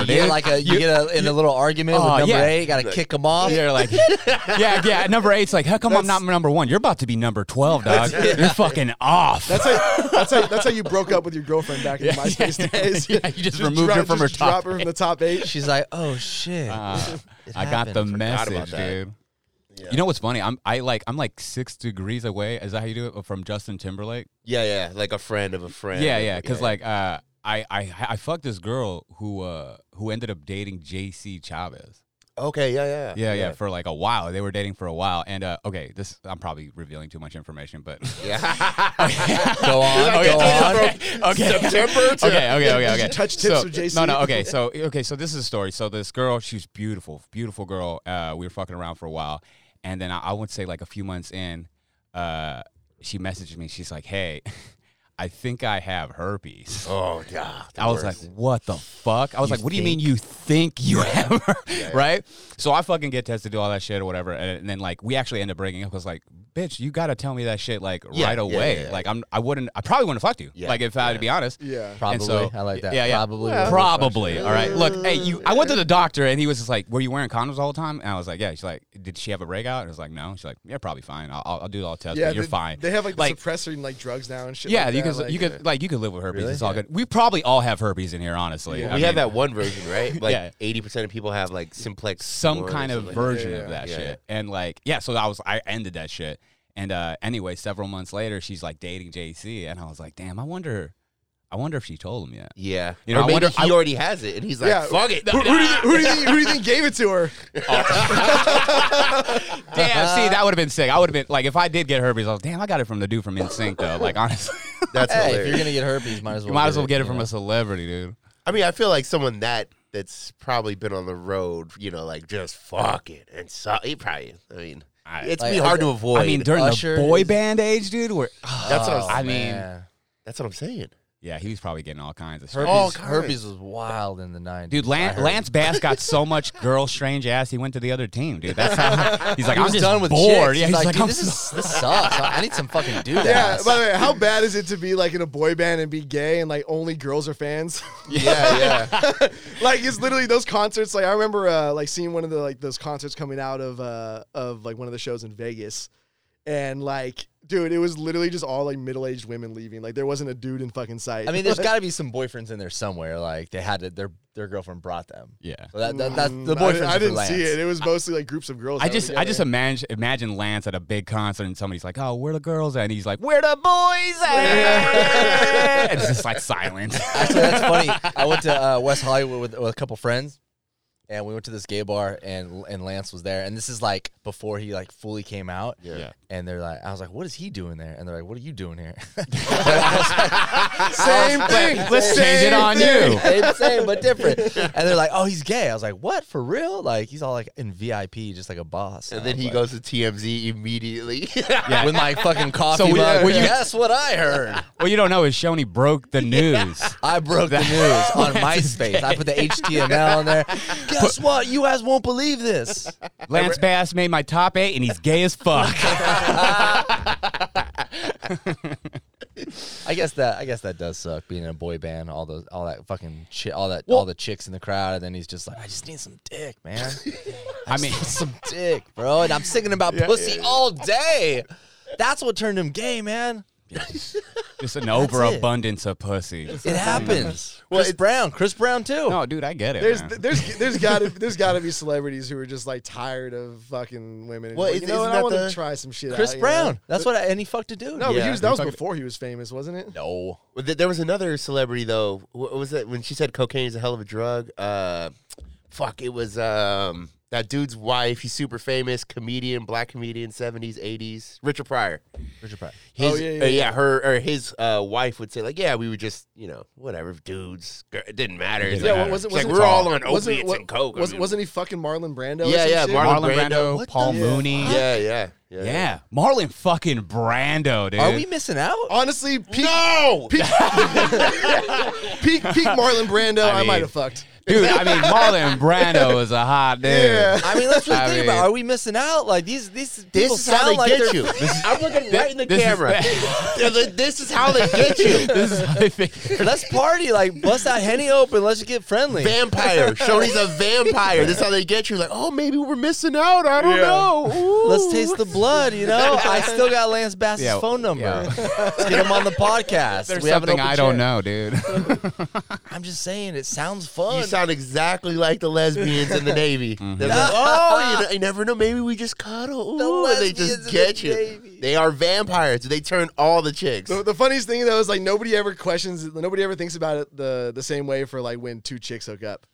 D: You
B: dude.
D: get like a you, get a, in a little argument
B: Oh,
D: with number
B: yeah.
D: eight. Got to kick him off.
B: You're like, yeah, yeah. Number eight's like, how come I'm not number one? You're about to be number twelve, dog. You're fucking off.
C: That's how, that's, how, that's how you broke up with your girlfriend back in
B: Yeah,
C: MySpace
B: yeah.
C: days.
B: Yeah, you just removed her from her
C: just drop
B: top
C: her from the top eight.
D: She's like, oh shit.
B: Uh,
D: It
B: I got the
D: happened.
A: about
B: message,
A: that.
B: dude.
A: Yeah.
B: You know what's funny? I'm I like I'm like six degrees away. Is that how you do it Oh, from Justin Timberlake?
A: yeah, yeah. Like a friend of a friend.
B: Yeah, yeah. Because like uh, I I I fucked this girl who uh who ended up dating J.C. Chavez.
A: okay, yeah, yeah,
B: Yeah, yeah, For like a while, they were dating for a while. And uh, okay, this I'm probably revealing too much information, but
A: yeah.
D: Go on, go on.
B: okay.
A: September to-
B: okay, okay, okay,
C: Did
B: okay.
C: you touch tips
B: so,
C: with JC?
B: No, no. Okay, so okay, so this is a story. So this girl, she's beautiful, beautiful girl. Uh, we were fucking around for a while, and then I, I would say like a few months in, uh, she messaged me. She's like, "Hey, I think I have herpes."
A: oh yeah. the
B: I was
A: worst.
B: like, "What the fuck?" I was like, "What do you mean you think you have?" her-" Right? So I fucking get tested, do all that shit or whatever, and, and then like we actually end up breaking up. I was like, "Bitch, you gotta tell me that shit like
A: Yeah,
B: right
A: yeah,
B: away."
A: yeah, yeah.
B: Like I'm, I wouldn't, I probably wouldn't fuck you.
A: Yeah,
B: like if I had to be honest,
C: Yeah.
D: Probably.
B: And so-
D: I like that.
B: Yeah, yeah.
D: Probably.
C: Well,
D: was the
B: Probably.
D: question.
B: All right. Look, hey, you. I went to the doctor and he was just like, "Were you wearing condoms all the time?" And I was like, "Yeah." She's like, "Did she have a breakout?" And I was like, "No." She's like, "Yeah, probably fine. I'll, I'll I'll do all the tests.
C: Yeah,
B: but you're
C: they,
B: fine."
C: They have like,
B: Like-
C: the suppressor and like drugs now and shit.
B: yeah,
C: like
B: you
C: that,
B: could
C: like-
B: you could like you could live with herpes. It's all good. We probably all have herpes in here, honestly.
A: we
B: I mean,
A: have that one version, right?
B: Yeah.
A: Like eighty percent of people have like simplex.
B: some
A: one or
B: kind of
A: something.
B: version
C: Yeah,
B: of that
A: yeah,
B: shit. And like, yeah, so I was I ended that shit. And uh anyway, several months later, she's like dating JC, and I was like, damn, I wonder, I wonder if she told him yet.
A: Yeah.
B: You know,
A: or
B: I
A: maybe
B: wonder-
A: he
B: I-
A: already has it, and he's like,
C: Yeah.
A: "Fuck it."
C: Who, who do you, who, do you think, who do you think gave it to her?
A: Oh.
B: Damn, see, that would have been sick. I would have been like, if I did get herpes, I was damn, I got it from the dude from InSync though. Like honestly,
A: That's
D: Hey, if
A: hilarious.
D: you're gonna get herpes, might as well.
B: you might as well get it
D: you
B: from
D: know?
B: a celebrity, dude.
A: I mean, I feel like someone that that's probably been on the road, you know, like just fuck it and so he probably. I mean,
B: I-
A: it's
D: Like,
A: be hard to
D: okay.
A: avoid.
B: I mean, during
D: Usher
B: the boy
D: is-
B: band age, dude. Where
A: that's what I, was-
B: I mean-
D: man.
A: that's what I'm saying.
B: yeah, he was probably getting all kinds of stuff.
D: herpes,
A: kinds.
D: herpes was wild in the '90s.
B: Oh, Dude,
D: I
B: Lance,
D: heard.
B: Lance Bass got so much girl strange ass. He went to the other team, dude. That's how he's like.
D: He
B: I'm
D: was
B: just
D: done with
B: bored.
D: chicks.
B: Yeah,
D: he's like,
B: I'm
D: dude, this is this sucks. I I need some fucking dude.
C: Yeah.
D: ass.
C: By the way, how bad is it to be like in a boy band and be gay and like only girls are fans?
A: Yeah, yeah.
C: like it's literally those concerts. Like I remember uh, like seeing one of the like those concerts coming out of uh, of like one of the shows in Vegas, and like dude, it was literally just all like middle aged women leaving. Like there wasn't a dude in fucking sight.
D: I mean, there's got to be some boyfriends in there somewhere. Like they had to, their their girlfriend brought them.
B: yeah.
D: So that, that, that's the
C: Mm, I
D: boyfriends.
C: didn't, I
D: are for
C: didn't
D: Lance.
C: see it. It was mostly like groups of
D: Oh,
C: girls.
B: I
C: that were
B: just I just
C: together.
B: imagine imagine Lance at a big concert and somebody's like, "Oh, where the girls at?" And he's like, "Where the boys at?" and it's just like silence.
D: Actually, that's funny. I went to uh, West Hollywood with, with a couple friends, and we went to this gay bar, and and Lance was there. And this is like before he like fully came out.
B: Yeah.
D: And they're like, I was like, what is he doing there? And they're like, what are you doing here?
C: same thing.
B: Let's change it
C: Same
B: on
C: thing.
B: you.
D: same, same, but different. And they're like, oh, he's gay. I was like, what? For real? Like he's all like in VIP, just like a boss.
A: and then
D: I
A: he
D: was
A: goes to TMZ immediately.
D: like, with my fucking coffee
B: So we-
D: mug.
B: were you-
D: Guess what I heard?
B: Well, you don't know is Shoney broke the news.
D: I broke the news on MySpace. I put the HTML in there. Guess what? You guys won't believe this.
B: Lance Bass made my top eight, and he's gay as fuck.
D: I guess that I guess that does suck being in a boy band, all those all that fucking chi- all that all the chicks in the crowd, and then he's just like, I just need some dick, man.
B: I mean,
D: some dick, bro. And I'm singing about pussy all day. That's what turned him gay, man.
B: Just an overabundance of pussy.
D: It happens.
C: Well,
D: Chris
C: it-
D: Brown. Chris Brown too.
B: No, dude, I get it.
C: There's
B: man.
C: there's there's gotta there's gotta be celebrities who are just like tired of fucking women. And
D: Well,
C: well, you
D: isn't-
C: know what? I
D: isn't that
C: want to
D: the-
C: try some shit.
D: Chris
C: out, you know?
D: Brown. That's what. I, and he fucked a dude.
C: No, but he
A: Yeah.
C: was that was
B: Fuck-
C: before he was famous, wasn't it?
D: No.
A: Well, th- There was another celebrity though. What was that when she said cocaine is a hell of a drug? Uh, fuck, it was um that dude's wife. He's super famous comedian, black comedian, seventies, eighties. Richard Pryor.
D: Richard Pryor.
A: His,
C: Oh, yeah, yeah,
A: uh, yeah. Her or his uh, wife would say like, yeah, we were just you know whatever dudes. Gir- It didn't matter. It's like,
B: didn't matter.
C: wa-
A: it's
C: wasn't
A: like
C: wasn't-
A: we're all on
C: wasn't-
A: opiates
C: wa-
A: and coke. I
C: Wasn't,
A: mean,
C: wasn't he fucking Marlon Brando? or
A: Yeah,
C: some
A: yeah,
C: shit?
A: Marlon
B: Marlon
A: Brando.
B: Brando,
A: What
B: Paul
C: the-
B: Mooney.
A: yeah, yeah, yeah.
B: Yeah, Marlon fucking Brando, dude.
D: Are we missing out?
C: Honestly, peak,
A: No.
C: peak, peak, peak Marlon Brando. I,
B: I
C: might
B: mean-
C: have fucked.
B: dude? I mean, Marlon Brando is a hot dude.
C: Yeah.
D: I mean, let's really
B: I
D: think
B: mean-
D: about. it. Are we missing out? Like these these
A: This
D: people
A: is
D: sound
A: how they
D: like
A: get
D: they're-
A: you. I'm looking right in the
B: this is-
A: camera. this is how they get you.
B: This is how they figure-
D: Let's party. Like bust that henny open. Let's get friendly.
A: vampire. Shoney's a vampire. This is how they get you. Like, oh, maybe we're missing out. I don't
C: Yeah.
A: know. Ooh.
D: Let's taste the blood. You know, I still got Lance Bass's
B: Yeah,
D: phone number.
B: yeah.
D: Let's get him on the podcast.
B: There's
D: We have an
B: something
D: open
B: I don't
D: chair.
B: know, dude.
D: I'm just saying, it sounds fun.
A: You sound exactly like the lesbians in the Navy. They're like, oh, you, know, you never know. Maybe we just cuddle.
D: The
A: Ooh, and they
D: lesbians in
A: just
D: the
A: get you.
D: Navy.
A: They are vampires. They turn all the chicks.
C: The, the funniest thing though is like nobody ever questions. it. Nobody ever thinks about it the the same way for like when two chicks hook up.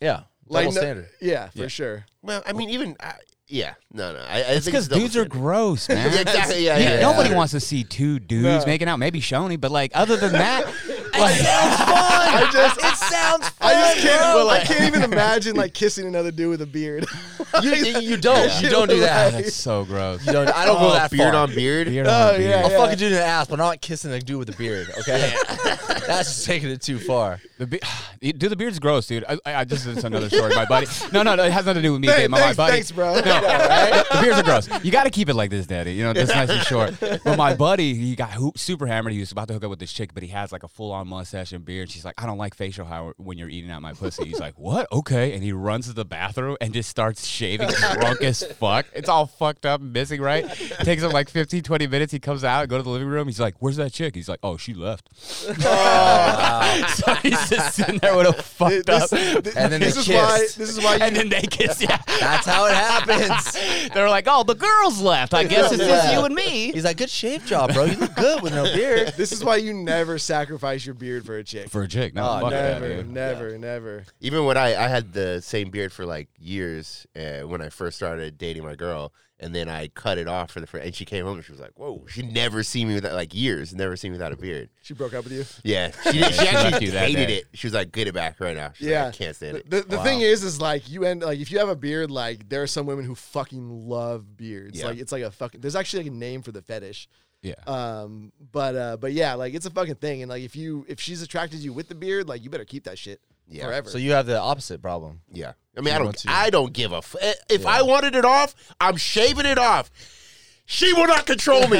D: yeah,
C: Like
D: double
C: no-
D: standard.
C: Yeah, for sure.
A: Well, I mean, even I yeah, no, no. I, I think
B: Because
A: it's double
B: dudes are
A: standard.
B: gross, man.
A: Yeah, exactly. Yeah,
B: You-
A: yeah, yeah.
B: Nobody wants to see two dudes making out. Maybe Shoney, but like other than that, like,
D: Fun. I
C: just-
D: it sounds fun.
C: I just can't.
D: bro.
C: I can't even imagine like kissing another dude with a beard.
D: You, you- you don't.
C: Yeah.
D: You don't do that.
B: that's so gross.
D: You don't. I don't go
A: Oh,
D: that
A: beard
D: far.
A: on beard.
B: Beard
C: Oh,
B: on beard.
C: yeah.
D: I'll fuck a dude in the ass, but I'm not kissing a dude with a beard. Okay, that's just taking it too far.
B: The be- dude, the beard's gross, dude. I, I, I just it's another story. My buddy. No, no, no. It has nothing to do with me.
C: Hey,
B: babe. my,
C: thanks,
B: my buddy.
C: thanks, bro.
B: No, right? the beards are gross. You got to keep it like this, daddy. You know, just nice and short. But my buddy, he got hoop, super hammered. He was about to hook up with this chick, but he has like a full on mustache and beard. She's like, I don't like facial hair when you're eating out my pussy. He's like, What? Okay. And he runs to the bathroom and just starts shaving drunk as fuck. It's all fucked up and missing, right? Takes him like 15, 20 minutes. He comes out, go to the living room. He's like, Where's that chick? He's like, Oh, she left. so he's just sitting there with a fucked
C: This-
B: up.
C: thi-
D: And then
C: this
D: they
C: is why.
D: kissed.
C: This is why you
B: and then they kiss, yeah.
D: That's how it happens.
B: They're like, oh, the girls left. I guess it's just
D: Yeah.
B: you and me.
D: He's like, good shave job, bro. You look good with no beard.
C: This is why you never sacrifice your beard for a chick.
B: For a chick, no,
D: Oh,
B: fuck that,
C: never,
B: dude.
C: never, never.
A: Even when I, I had the same beard for like years uh, when I first started dating my girl, and then I cut it off for the first, and she came home and she was like, "Whoa, she never seen me without like years, never seen me without a beard."
C: She broke up with you.
A: Yeah, she, did, she
B: she left
A: actually
B: you that
A: hated
B: day.
A: it. She was like, "Get it back right now." She's like,
C: Yeah,
A: I can't stand it.
C: The, the thing is, is like you end like if you have a beard, like there are some women who fucking love beards.
A: Yeah.
C: Like it's like a fucking. There's actually like a name for the fetish.
B: Yeah.
C: Um, but uh, but yeah, like it's a fucking thing. And like if you if she's attracted to you with the beard, like you better keep that shit
A: Yeah.
C: forever.
D: So you have the opposite problem.
A: Yeah, I mean, I
D: want
A: don't,
D: to-
A: I don't give a. F- eh, if I wanted it off, I'm shaving it off. She will not control me.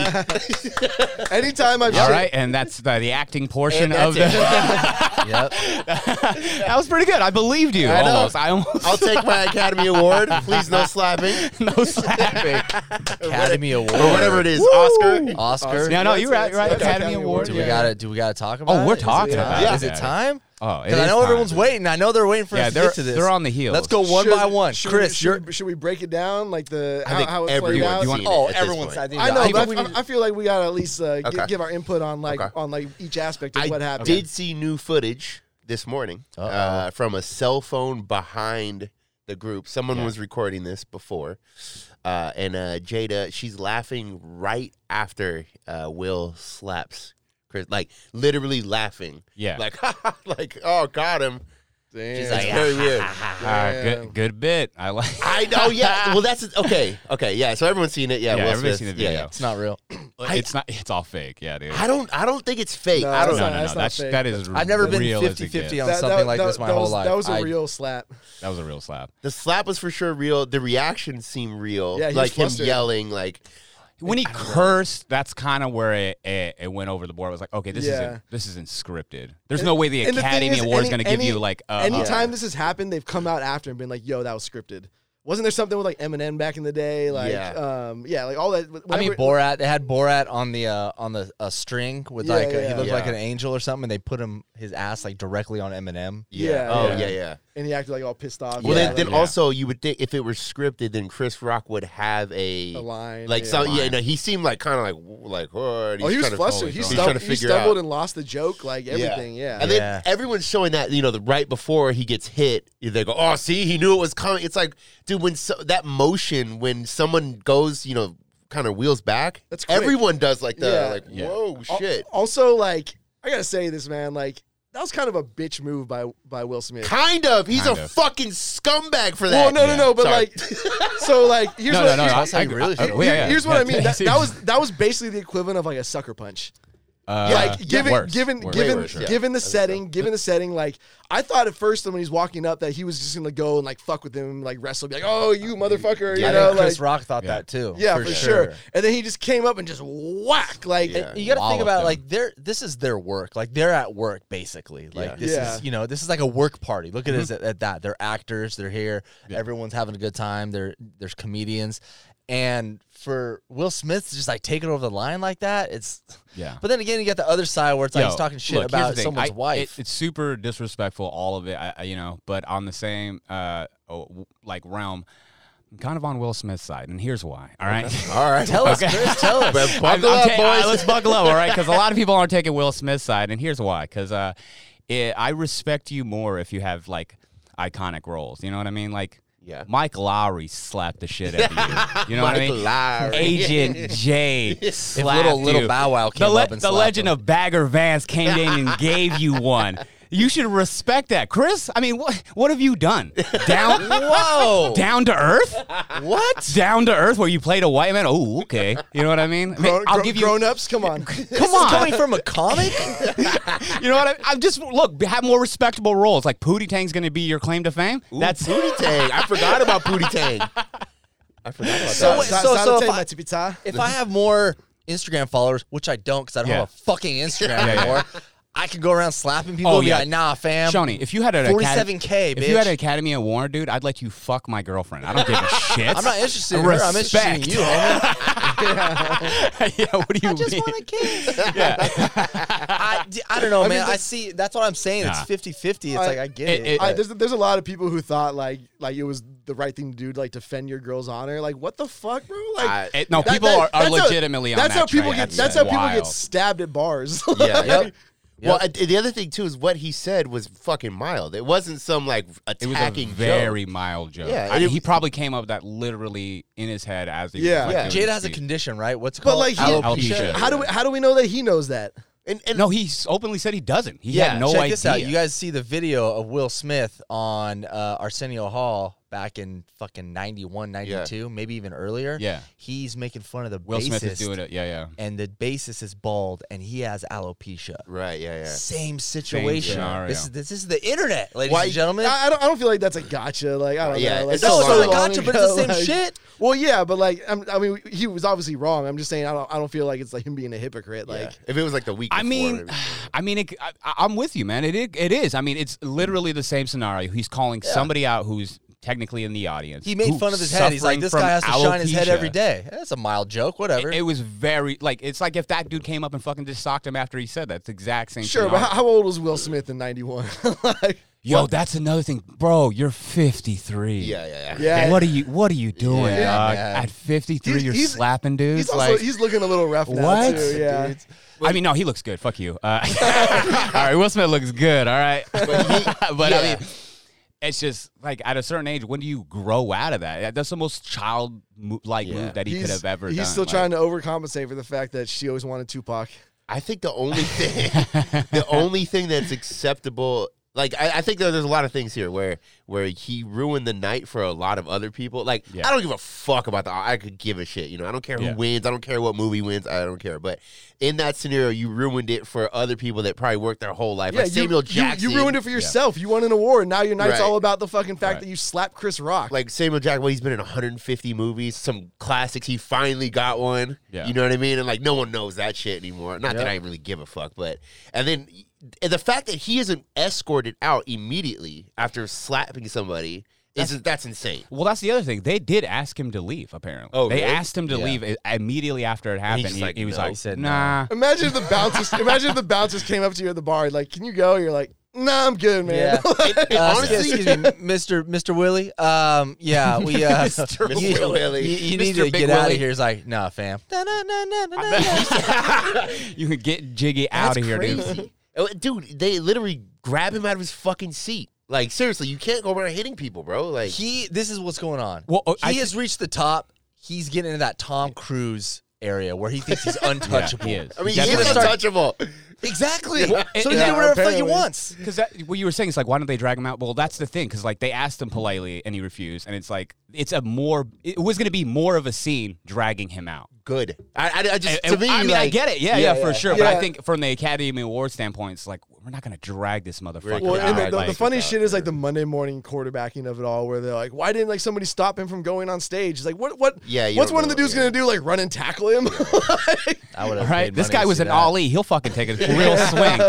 C: Anytime I've
B: All
C: shaved-
B: right, and that's the, the acting portion
A: And
B: of
A: that's
B: the.
D: Yep.
B: that was pretty good. I believed you.
A: I know.
B: almost. I almost.
A: I'll take my Academy Award. Please, no slapping
B: no slapping.
D: Academy Award.
A: or whatever it is. Oscar.
D: Oscar.
B: No, no, you're right.
C: That's-
B: You're right.
C: that's
B: Academy
C: Academy
B: Award.
C: Award.
D: Do
B: Yeah.
D: we gotta do we gotta talk about
B: Oh,
D: it?
B: we're
D: Is it
B: talking
D: time?
B: about it.
D: Is it
B: Yeah.
D: time?
B: Oh, it
D: Because I
B: is
D: know
B: time.
D: everyone's waiting. I know they're waiting for
B: Yeah,
D: us to
B: they're
D: get to this.
B: they're on the heels.
D: Let's go one
C: should-
D: by one.
C: should we-
D: Chris,
C: should,
D: you're.
C: we- should we break it down like the
A: I
C: how,
A: think
C: how it played
A: everyone's
C: out?
A: seen it
D: oh,
A: at this
D: everyone's.
A: point.
D: I think.
C: I know,
D: People-
C: but I, I feel like we gotta at least uh, gi-
A: Okay.
C: give our input on like
A: Okay.
C: on like each aspect of
A: I
C: what happened.
A: did see new footage this morning uh, from a cell phone behind the group. Someone was recording this before, uh, and uh, Jada she's laughing right after uh, Will slaps Chris, like literally laughing,
B: Yeah.
A: like like oh got him.
C: Damn.
A: She's like, it's very weird.
B: Ah,
C: Damn.
B: good, good bit. I like.
A: I know, yeah. Well, that's okay, okay, yeah. So everyone's seen it, yeah.
B: Yeah,
A: Will
B: everybody's
A: Smith,
B: seen the
A: yeah,
B: video.
A: yeah.
D: It's not real.
B: it's not. It's all fake. Yeah, dude.
A: I don't, I don't think it's fake.
C: No,
A: I
B: no,
A: don't
C: that's
A: know.
B: no, no.
C: not
B: That's
C: fake.
B: that is
D: I've never been
B: real as it
D: 50 50
B: gets.
D: on
C: That-
D: something
C: that-
D: like
C: that-
D: this my
C: that
D: whole
C: was-
D: life.
C: That was a
D: I-
C: real slap.
B: That was a real slap.
A: The slap was for sure real. The reaction seemed real.
C: Yeah, he was
A: like him
C: flustered.
A: yelling, like
B: when he cursed, that's kind of where it, it it went over the board. I was like, okay, this
C: Yeah.
B: isn't this isn't scripted. There's no way the
C: And thing
B: Academy
C: is,
B: Award is
C: any-
B: going to give
C: any-
B: you like uh, a,
C: anytime this has happened, they've come out after and been like, "Yo, that was scripted." Wasn't there something with like Eminem back in the day? Like, yeah, um, yeah like all that.
D: I mean
C: whatever-
D: Borat. They had Borat on the uh, on the a string with
C: Yeah,
D: like a,
C: yeah.
D: he looked like
A: Yeah.
D: an angel or something, and they put him his ass like directly on Eminem.
C: Yeah,
A: Oh
C: yeah.
A: yeah, yeah.
C: and he acted like all pissed off.
A: Well,
C: yeah,
A: then, then
C: like,
A: also you would think if it were scripted, then Chris Rock would have a,
C: a line
A: like
C: yeah.
A: some. Yeah, no, he seemed like kind of like w- like. Oh, and
C: Oh,
A: he's
C: he was
A: trying to-
C: flustered. He,
A: He's
C: stum-
A: trying to
C: he
A: figure
C: stumbled
A: out.
C: and lost the joke, like everything. Yeah,
A: And
D: Yeah.
A: then everyone's showing that you know the right before he gets hit, they go, "Oh, see, he knew it was coming." It's like, dude, when so, that motion when someone goes, you know, kind of wheels back,
C: That's quick.
A: everyone does like the
C: Yeah.
A: like,
B: Yeah.
A: "Whoa,
C: Al-
A: shit!"
C: Also, like I gotta say this, man. Like that was kind of a bitch move by by Will Smith.
A: Kind of. He's
B: Kind
A: a
B: of.
A: fucking scumbag for
C: Well,
A: that.
C: no, no, no. But
A: Sorry.
C: like, so like, here's
B: no,
C: what
B: no, no. I,
A: that's how
B: I
A: you
B: agree.
A: really
B: I,
A: feel.
B: oh, yeah, yeah.
C: here's what I mean. That, that was
B: uh,
C: that was basically the equivalent of like a sucker punch. like
B: yeah,
C: given
B: worse,
C: given
B: worse.
C: given
A: Way Uh, worse, yeah.
C: given the setting, given the setting, like I thought at first when he's walking up that he was just gonna go and like fuck with him, like wrestle, be like, oh you motherfucker,
A: Uh, Yeah,
D: I
C: you know,
D: think Chris
C: like
D: Rock thought
B: Yeah.
D: that too.
C: yeah for, sure. And then he just came up and just whack like
A: Yeah.
D: You got to
B: Walloped
D: think about
B: him.
D: like they're this is their work. Like they're at work basically. Like
A: Yeah.
D: this
C: Yeah.
D: is you know this is like a work party. Look at
B: Mm-hmm.
D: this at, at that. They're actors. They're here. Everyone's having a good time. There there's comedians, and for Will Smith to just like take it over the line like that, it's
B: Yeah.
D: But then again, you got the other side where it's like
B: Yo,
D: he's talking shit
B: look, here's
D: about
B: the thing.
D: someone's
B: I-
D: wife.
B: it- it's super disrespectful, all of it. I, I, you know, but on the same uh, oh, w- like realm, I'm kind of on Will Smith's side, and here's why. All right.
D: All right, tell us, Chris. Tell us.
A: But buckle
B: I'm- I'm
A: up,
B: ta- all right,
A: boys.
B: let's buckle up, all right? Because a lot of people aren't taking Will Smith's side, and here's why. Because uh, it, I respect you more if you have like iconic roles. You know what I mean? Like,
A: Yeah.
B: Mike Lowry slapped the shit out of you. You know what I
A: Mike
B: mean?
A: Lowry.
B: Agent J
D: if
B: slapped
D: little little
B: you.
D: Bow Wow came
B: the, le-
D: up and
B: the
D: slapped
B: legend
D: him.
B: of Bagger Vance came in and gave you one. You should respect that, Chris. I mean, what what have you done? Down, whoa, down to earth. What? Down to earth, where you played a white man. Oh, okay. You know what I mean? I mean,
C: grown,
B: I'll
C: gro-
B: give you.
C: grown ups, come on.
B: Come on,
D: coming from a comic.
B: you know what I mean? I'm just look have more respectable roles. Like Pootie Tang's going to be your claim to fame. That's
A: Pootie Tang. I forgot about Pootie Tang. I forgot about
D: So
A: that.
D: wait, so- so if I-
C: Matipita.
D: if I have more Instagram followers, which I don't because I don't
B: Yeah.
D: have a fucking Instagram
B: yeah.
D: anymore, I could go around slapping people
B: Oh,
D: and be
B: yeah.
D: like, nah, fam.
B: Shawnee, if you had an
D: 47K,
B: if you had
D: bitch.
B: an Academy Award, dude, I'd let you fuck my girlfriend. I don't give a shit.
D: I'm not interested in her. I'm interested in you, homie.
B: yeah, what do you mean?
D: wanna kiss.
B: yeah.
D: I, d- I don't know, man.
C: the-
D: I see. That's what I'm saying. It's
B: Nah.
D: 50 50. It's
C: I-
D: like, I get
B: it-
D: it.
B: it-
D: but-
C: I, there's there's a lot of people who thought like like it was the right thing to do to like defend your girl's honor. Like what the fuck, bro? Like
A: I-
B: It- no,
C: that-
B: people
C: that-
B: are, are
C: that's how-
B: legitimately on
C: That's
B: that
C: how people
B: train.
C: get. That's how people get
B: wild.
C: stabbed at bars.
A: Yeah.
D: Yep.
A: Well, I- the other thing too is what he said was fucking mild. It wasn't some like
B: It
A: attacking
B: was a
A: joke.
B: very mild joke.
A: Yeah,
B: I-
A: it-
B: he probably came up with that literally in his head as he.
C: Yeah.
B: was,
A: Yeah.
B: like, doing
D: Jada has a
B: speech.
D: condition, right? What's it
C: But
D: called?
C: like he-
B: Alopecia.
C: how do we how do we know that he knows that?
A: And, and
B: No, he s- openly said he doesn't. He
A: Yeah,
B: had no
D: Check
B: idea.
D: this out. You guys see the video of Will Smith on uh, Arsenio Hall back in fucking 91, 92, maybe even earlier.
B: Yeah.
D: He's making fun of the
B: Will
D: bassist.
B: Smith is doing it. Yeah, yeah.
D: And the bassist is bald and he has alopecia.
A: right, yeah, yeah.
D: Same situation.
B: scenario.
D: this, is, this is the internet, ladies
A: Why-
D: and gentlemen.
C: I, I don't I don't feel like that's a gotcha. Like I don't
A: Yeah,
C: know. Like,
A: it's
C: that
A: so
C: was
A: long
C: so
A: ago.
C: long
D: Gotcha, but it's the same
C: like-
D: shit.
C: Well, yeah, but like I'm, I mean, he was obviously wrong. I'm just saying I don't I don't feel like it's like him being a hypocrite.
A: Yeah.
C: Like
A: if it was like the week.
B: I
A: before,
B: mean,
A: maybe.
B: I mean, it, I, I'm with you, man. It, it it is. I mean, it's literally the same scenario. He's calling somebody out who's technically in the audience.
D: he made
B: who's
D: fun of his head. He's like,
B: suffering
D: this
B: from
D: guy has to shine his head
B: alopecia."
D: every day. That's a mild joke, whatever.
B: It, it was very like it's like if that dude came up and fucking just socked him after he said that. It's the exact same.
C: sure, but
B: scenario.
C: how, how old was Will Smith in '91? like
B: yo, that's another thing, bro. You're 53.
A: yeah, yeah, yeah.
C: yeah,
B: What are you What are you doing,
D: Yeah,
B: dog?
D: man.
B: At 53,
C: He's-
B: you're
C: he's-
B: slapping dudes.
C: he's also
B: like,
C: he's looking a little rough now
B: What?
C: too. Yeah.
B: I mean, no, he looks good. Fuck you. Uh, all right, Will Smith looks good. All right, but, I
A: yeah.
B: mean, it's just like at a certain age, when do you grow out of that? That's the most child mo- like move that he could have ever
C: he's
B: done.
C: still
B: like,
C: trying to overcompensate for the fact that she always wanted Tupac.
A: I think the only thing, the only thing that's acceptable, like I, I think that there's a lot of things here where where he ruined the night for a lot of other people. Like
B: Yeah.
A: I don't give a fuck about the. I could give a shit. You know, I don't care who
B: Yeah.
A: wins. I don't care what movie wins. I don't care. But in that scenario, you ruined it for other people that probably worked their whole life.
C: Yeah,
A: like
C: you-
A: Samuel
C: you,
A: Jackson.
C: You, ruined it for yourself. You won an award. Now your night's
A: Right.
C: all about the fucking fact
B: Right.
C: that you slapped Chris Rock.
A: like Samuel Jackson, well, he's been in 150 movies, some classics. He finally got one.
B: Yeah.
A: You know what I mean? And like, no one knows that shit anymore. Not that I really give a fuck, but and then and the fact that he isn't escorted out immediately after slapping somebody Is that's insane.
B: Well, that's the other thing. They did ask him to leave. Apparently,
A: Oh,
B: they
A: really?
B: asked him to
D: Yeah.
B: leave i- immediately after it happened.
A: just
B: He,
A: like, uh,
B: he was
A: no.
B: like,
A: He
D: said no.
B: "Nah."
C: Imagine if the bouncers. imagine if the bouncers came up to you at the bar, like, "Can you go?" You're like, "Nah, I'm good, man."
D: Yeah.
A: It- it
D: Uh,
A: honestly,
D: excuse me, Mr. Mr. Willie. Um, yeah, we uh,
A: Mr.
D: you,
A: Willie.
D: you, you need
B: Mr. Big
D: to get out
B: Willie.
D: of here. He's like, nah, fam. Nah, nah, nah, nah, nah, nah,
B: You could get jiggy out of here, dude.
A: Oh, dude, they literally grab him out of his fucking seat. Like seriously, you can't go around hitting people, bro. Like
D: He. This is what's going on.
B: Well, oh,
D: he
B: I
D: has reached the top. He's getting into that Tom Cruise area where he thinks he's untouchable.
B: he is.
A: I mean,
B: That's
A: he's
D: what I-
A: untouchable.
D: Exactly.
B: it-
D: so he
B: yeah,
D: can do whatever the fuck he
C: apparently.
D: wants.
B: Because what you were saying is like, why don't they drag him out? Well, that's the thing. Because like they asked him politely and he refused, and it's like it's a more it was going to be more of a scene dragging him out.
A: Good. I, I, I just
B: And-
A: to me,
B: I mean, I
A: like,
B: get it. Yeah, yeah,
D: Yeah,
B: for
D: yeah.
B: sure. But I
C: Yeah.
B: think from the Academy Award standpoint, it's like we're not going to drag this motherfucker
C: Well,
A: Like,
B: out.
C: and the, the,
B: like,
C: the funny shit is like the Monday morning quarterbacking of it all, where they're like, "Why didn't like somebody stop him from going on stage?" It's like, what, what?
A: Yeah, you
C: what's
A: don't
C: one of the
A: know,
C: dudes
A: yeah.
C: gonna do? Like run and tackle him?
D: I
B: all
D: would have.
B: right, this guy was an
D: all.
B: ollie. He'll fucking take a real swing.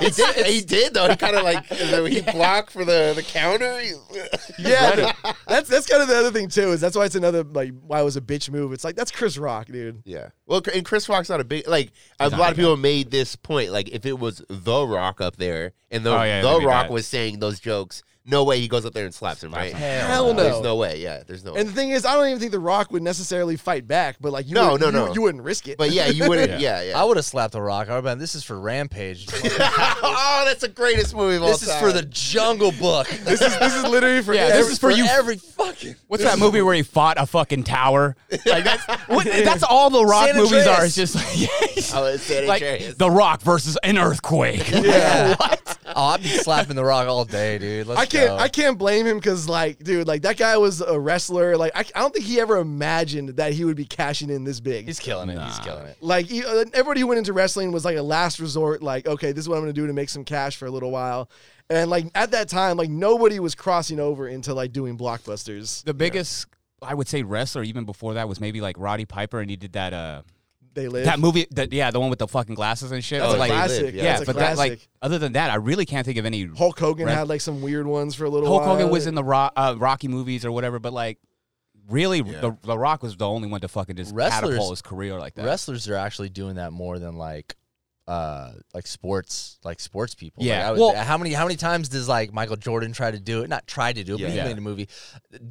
A: He did. He did though. He kind of like he blocked for the the counter. He-
C: yeah, that's that's kind of the other thing too. Is that's why it's another like why it was a bitch move. It's like that's Chris Rock, dude.
A: yeah. Well, and Chris Rock's not a big like. A
B: not
A: lot of
B: big
A: people made this point. Like, if it was The Rock up there, and the
B: Oh, yeah,
A: The
B: maybe
A: Rock
B: that.
A: was saying those jokes, no way he goes up there and slaps him, right?
C: Hell no.
A: There's no way. Yeah, there's no. way.
C: And the thing is, I don't even think The Rock would necessarily fight back, but like you
A: No,
C: would,
A: no,
C: you,
A: no.
C: you wouldn't risk it.
A: But yeah, you wouldn't. yeah,
B: Yeah.
A: yeah.
D: I would have slapped a rock. I would have been, this is for Rampage. this
A: oh, that's the greatest movie of all
D: is for the Jungle Book.
C: this is this is literally for
B: Yeah,
C: every-
B: this is for you.
D: Every fucking.
B: What's that movie where he fought a fucking tower? Like that's what, that's all the Rock
D: San
B: movies are. It's
D: Andreas.
B: just like,
A: Oh, it's San
B: like
A: Andreas.
B: the Rock versus an earthquake.
D: Yeah. Oh, I'd be slapping the rock all day, dude. Let's
C: I can't
D: Go.
C: I can't blame him because like dude like that guy was a wrestler like I, I don't think he ever imagined that he would be cashing in this big.
D: He's killing it. He's
B: Nah.
D: killing it.
C: like you- uh, everybody who went into wrestling was like a last resort like okay this is what i'm gonna do to make some cash for a little while and like at that time like nobody was crossing over into like doing blockbusters
B: The biggest, I would say, wrestler even before that was maybe like Roddy Piper, and he did that uh
C: they live
B: that movie, that yeah, the one with the fucking glasses and shit.
C: that's
B: But,
C: a
B: like,
C: classic
A: live, yeah.
C: yeah,
B: yeah,
C: that's a
B: but
C: classic
B: that like other than that, I really can't think of any.
C: hulk hogan
B: Right.
C: had like some weird ones for a little
B: Hulk
C: while
B: Hogan was in the Rock, uh, Rocky movies or whatever, but like. Really, the, the Rock was the only one to fucking just
D: Wrestlers-
B: catapult his career like that.
D: Wrestlers are actually doing that more than like. Uh, like sports, like sports people.
B: Yeah.
D: Like, I
B: Well-
D: how many how many times does like Michael Jordan try to do it? Not try to do it, but he
B: Yeah.
D: made a movie.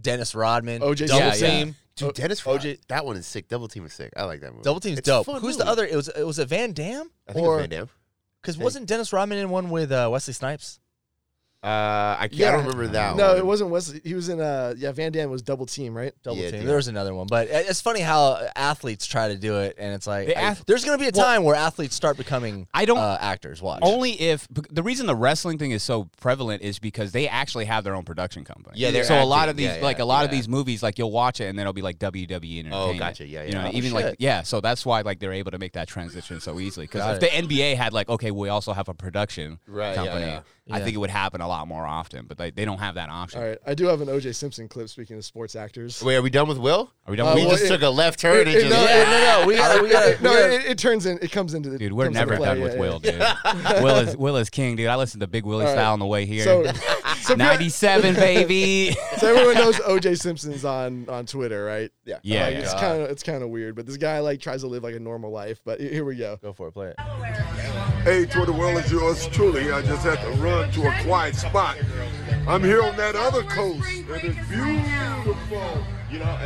D: Dennis Rodman,
C: OJ
D: double
B: Yeah, yeah.
D: team,
A: Dude, Dennis Rodman. That one is sick. Double Team is sick. I like that movie.
D: double team's
A: It's a
D: dope.
A: fun
D: Who's the
A: movie.
D: other? It was it was a Van Dam
A: I think it was
D: or
A: Van Damme.
D: because wasn't Dennis Rodman in one with uh, Wesley Snipes?
A: Uh, I, can't, I
C: Yeah.
A: don't remember that
C: no
A: one.
C: it wasn't wesley he was in uh yeah van damme was double team right
D: double
A: Yeah,
D: team.
A: dude.
D: There was another one, but it- it's funny how athletes try to do it, and it's like
B: The
D: I-
B: ath-
D: there's going to be a
B: well-
D: time where athletes start becoming
B: I don't-
D: uh, actors. Watch.
B: Only if bec- the reason the wrestling thing is so prevalent is because they actually have their own production company.
A: Yeah, they're
B: so a lot
A: acting.
B: of these,
A: Yeah,
B: like
A: yeah,
B: a lot of
A: yeah.
B: these movies, like you'll watch it and then it'll be like WWE Entertainment.
A: gotcha. Yeah,
B: You
A: yeah.
B: know, what I mean?
A: Oh,
B: even like
D: shit.
B: yeah. So that's why like they're able to make that transition so easily.
D: Got
B: Because if
D: it.
B: the NBA had like okay, we also have a production
A: Right, yeah,
B: company,
A: yeah.
B: I
D: Yeah.
B: think it would happen a lot more often. But like they don't have that option.
C: all right i do have an oj simpson clip speaking of sports actors
A: Wait, are we done with Will?
B: Are we done?
C: Uh,
B: with
A: we
C: well,
A: just
C: it-
A: took a left turn. and
C: it-
A: just,
C: no,
A: yeah.
C: it-
D: no, no, we gotta, we gotta,
C: no
D: we gotta-
C: it, it turns in it comes into the
B: Dude, we're
C: comes into
B: never
C: play,
B: done
C: yeah,
B: with
C: yeah.
B: Will, dude. Will is Will is king, dude. I listened to Big Willie
C: All right.
B: style on the way here.
C: So- so if you're-
B: 97 baby.
C: So everyone knows OJ Simpson's on on Twitter, right? Yeah.
B: Yeah,
C: Like,
B: yeah.
C: It's kind of it's kind of weird, but this guy like tries to live like a normal life. But here we go.
D: go for it. Play it.
E: Hey, to the world is yours truly. I just had to run to a quiet spot. I'm here on that other coast. It is beautiful.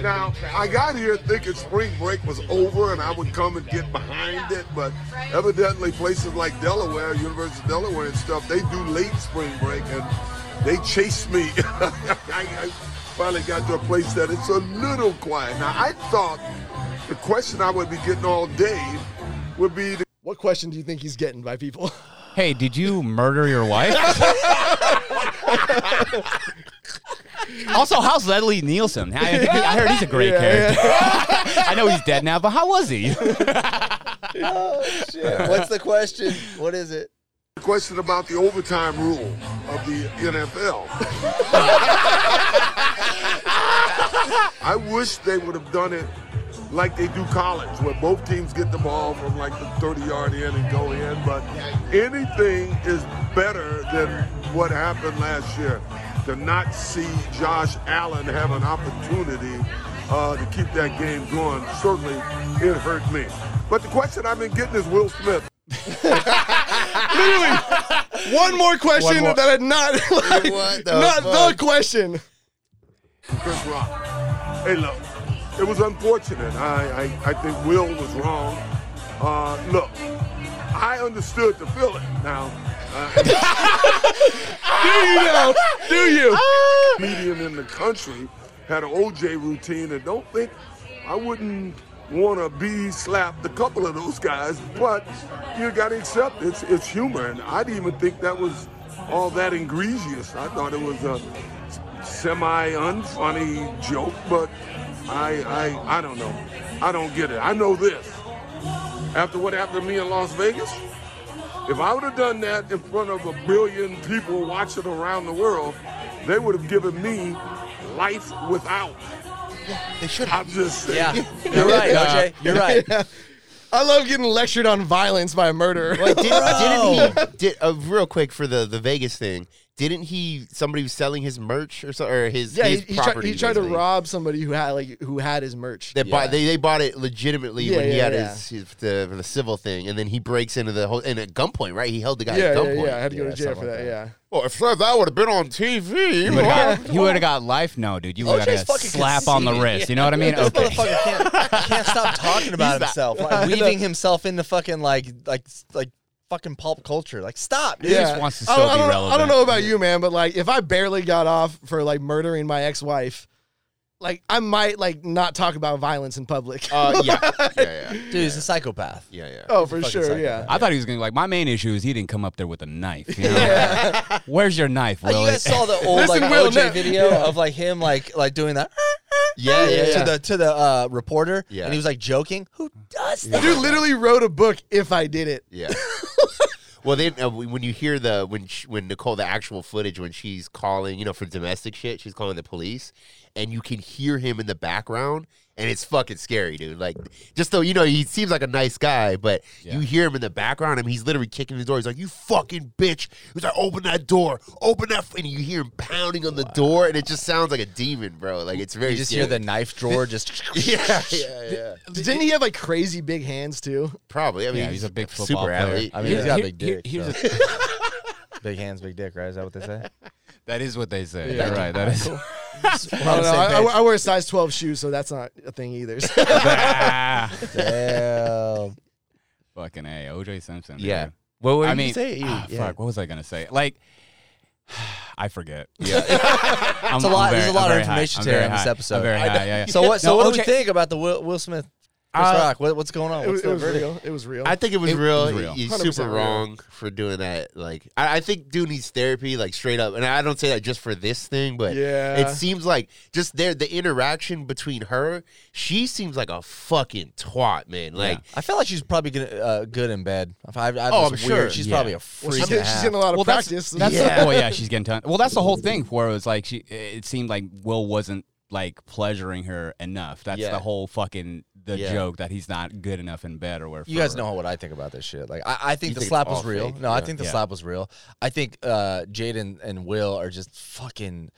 E: Now, I got here thinking spring break was over and I would come and get behind it, but evidently places like Delaware, University of Delaware and stuff, they do late spring break and they chased me. I, I finally got to a place that it's a little quiet. Now, I thought the question I would be getting all day would be the
C: What question do you think he's getting by people?
B: Hey, did you murder your wife? also, how's Leslie Nielsen? I, I heard he's a great character. I know he's dead now, but how was he?
D: What's the question? What is it?
E: question about the overtime rule of the NFL. I wish they would have done it like they do college, where both teams get the ball from like the 30 yard in and go in. But anything is better than what happened last year. to not see Josh Allen have an opportunity uh, to keep that game going. Certainly, it hurt me. But the question I've been getting is Will Smith.
C: One more question that I had not like,
A: What the
C: not
A: fuck?
C: the question.
E: Chris Rock. Hey, look, it was unfortunate. I, I, I think Will was wrong. Uh, look, I understood the feeling. Now, uh,
C: Do you know? Do you?
E: comedian in the country had an OJ routine, and don't think I wouldn't want to be slapped a couple of those guys. But you got to accept it's it's humor, and I didn't even think that was all that egregious. I thought it was a semi unfunny joke, but I I I don't know. I don't get it. I know this. After what happened to me in Las Vegas, if I would have done that in front of a billion people watching around the world, they would have given me life without.
A: They should
E: I'm just saying.
D: Yeah, you're right, OJ. You're right.
C: I love getting lectured on violence by a murderer.
A: But did, not he? Did, uh, real quick for the, the Vegas thing. Didn't he? Somebody was selling his merch or so, or his
C: yeah, he,
A: his
C: he tried,
A: property.
C: he tried to
A: basically.
C: rob somebody who had like who had his merch.
A: They
D: Yeah.
A: bought they, they bought it legitimately
C: Yeah,
A: when he
C: yeah,
A: had
C: yeah.
A: his, his the, the civil thing, and then he breaks into the whole and at gunpoint, right? He held the guy
C: yeah,
A: at
C: yeah,
A: gunpoint.
C: yeah. I had to go
D: Yeah,
C: to jail for
D: something
C: that.
D: like
C: Yeah.
A: Well, if that would have been on TV,
B: He would have got, he would've got life. No, dude, you would have
D: OJ's
B: got a
D: fucking
B: slap on the
D: conceited.
B: wrist. You know what I mean?
D: This
B: Okay.
D: motherfucker can't, can't stop talking about himself, like, weaving himself into fucking like like like fucking pulp culture. Like, stop, dude.
B: Yeah. just wants to
C: I
B: still
C: don't, I
B: be
C: don't know, I don't
B: relevant.
C: know about you, man, but like if I barely got off for like murdering my ex-wife, like I might like not talk about violence in public.
D: Oh,
A: Uh, yeah, yeah, yeah,
D: dude. He's a psychopath.
A: yeah, yeah.
C: oh, for
D: fucking
C: sure, yeah.
D: psychopath.
B: I thought he was gonna like my main issue is he didn't come up there with a knife. You know? Where's your knife,
D: Like, Uh, you
B: Willie?
D: guys saw the old
C: Listen,
D: like
C: Will,
D: OJ
C: no-
D: video
C: yeah.
D: of like him like like doing that
A: yeah, yeah, yeah.
D: to the to the uh, reporter,
A: Yeah.
D: and he was like joking. Who does that?
C: Dude literally wrote a book if I did it.
A: Yeah. well, then uh, when you hear the when sh when Nicole the actual footage when she's calling, you know, for domestic shit, she's calling the police, and you can hear him in the background, and it's fucking scary, dude. Like, just though you know he seems like a nice guy, but you hear him in the background, and he's literally kicking the door. He's like, "You fucking bitch!" He's like, "Open that door, open that," f-" and you hear him pounding on the door, and it just sounds like a demon, bro. Like it's very.
D: You just
A: scary.
D: hear the knife drawer just.
A: Yeah, yeah, yeah.
C: Didn't he have like crazy big hands too?
A: Probably. I mean,
B: Yeah, he's a big
A: super
B: football player.
A: athlete.
D: I mean, he's got a big
B: Here-
D: dick.
B: here- here's
D: so. big hands, big dick. Right? Is that what they say?
B: that is what they say.
C: Yeah.
B: You're right. That is.
D: We're
C: I
D: on
C: don't
D: the
C: know.
D: same
C: I,
D: page.
C: I- I wear a size 12 shoe, so that's not a thing either. So-
B: Ah,
D: Damn.
B: fucking a OJ Simpson. dude.
A: Yeah. What were
B: I
A: you
B: mean,
A: saying?
B: ah,
A: Yeah.
B: fuck. What was I gonna say? Like, I forget.
A: Yeah.
B: I'm,
D: It's a lot-
B: I'm very-
D: there's a lot
B: I'm
D: of
B: very
D: information
B: high.
D: to
B: I'm very
D: in this
B: high.
D: episode.
B: I'm very
D: I
B: high. Yeah.
D: So what? So
B: No,
D: what do you
B: OJ
D: think about the Will, Will Smith, Chris
B: Uh,
D: Rock? What, what's going on?
C: it
D: What's
C: was, it
D: the
C: was
D: verdict?
C: real. It was real.
A: I think it was
B: It
A: real.
B: was real.
A: He's
C: 100%
A: super
C: real.
A: wrong for doing that. Like, I, I think dude needs therapy, like straight up. And I don't say that just for this thing, but
C: Yeah.
A: it seems like just there the interaction between her. She seems like a fucking twat, man. Like,
D: I feel like she's probably gonna, uh, good in bed. If I, I have this
A: Oh, I'm
D: weird,
A: sure.
D: She's
B: Yeah.
D: probably a
C: Well,
D: freak.
C: she's,
D: and a
C: getting, she's
D: half.
C: getting a lot of
B: Well, that's-
C: practice.
B: That's
A: Yeah.
B: well, Oh, yeah, she's getting ton. Well, that's the whole thing. Where it was like she, it seemed like Will wasn't like pleasuring her enough. That's
A: Yeah.
B: the whole fucking the
A: Yeah.
B: joke that he's not good enough in bed or where.
D: You guys know what I think about this shit. Like, I, I think
A: You
D: the
A: think it's
D: slap
A: all
D: was real.
A: fake?
D: No, I
A: Yeah.
D: think the
B: Yeah.
D: slap was real. I think uh, Jaden and, and Will are just fucking,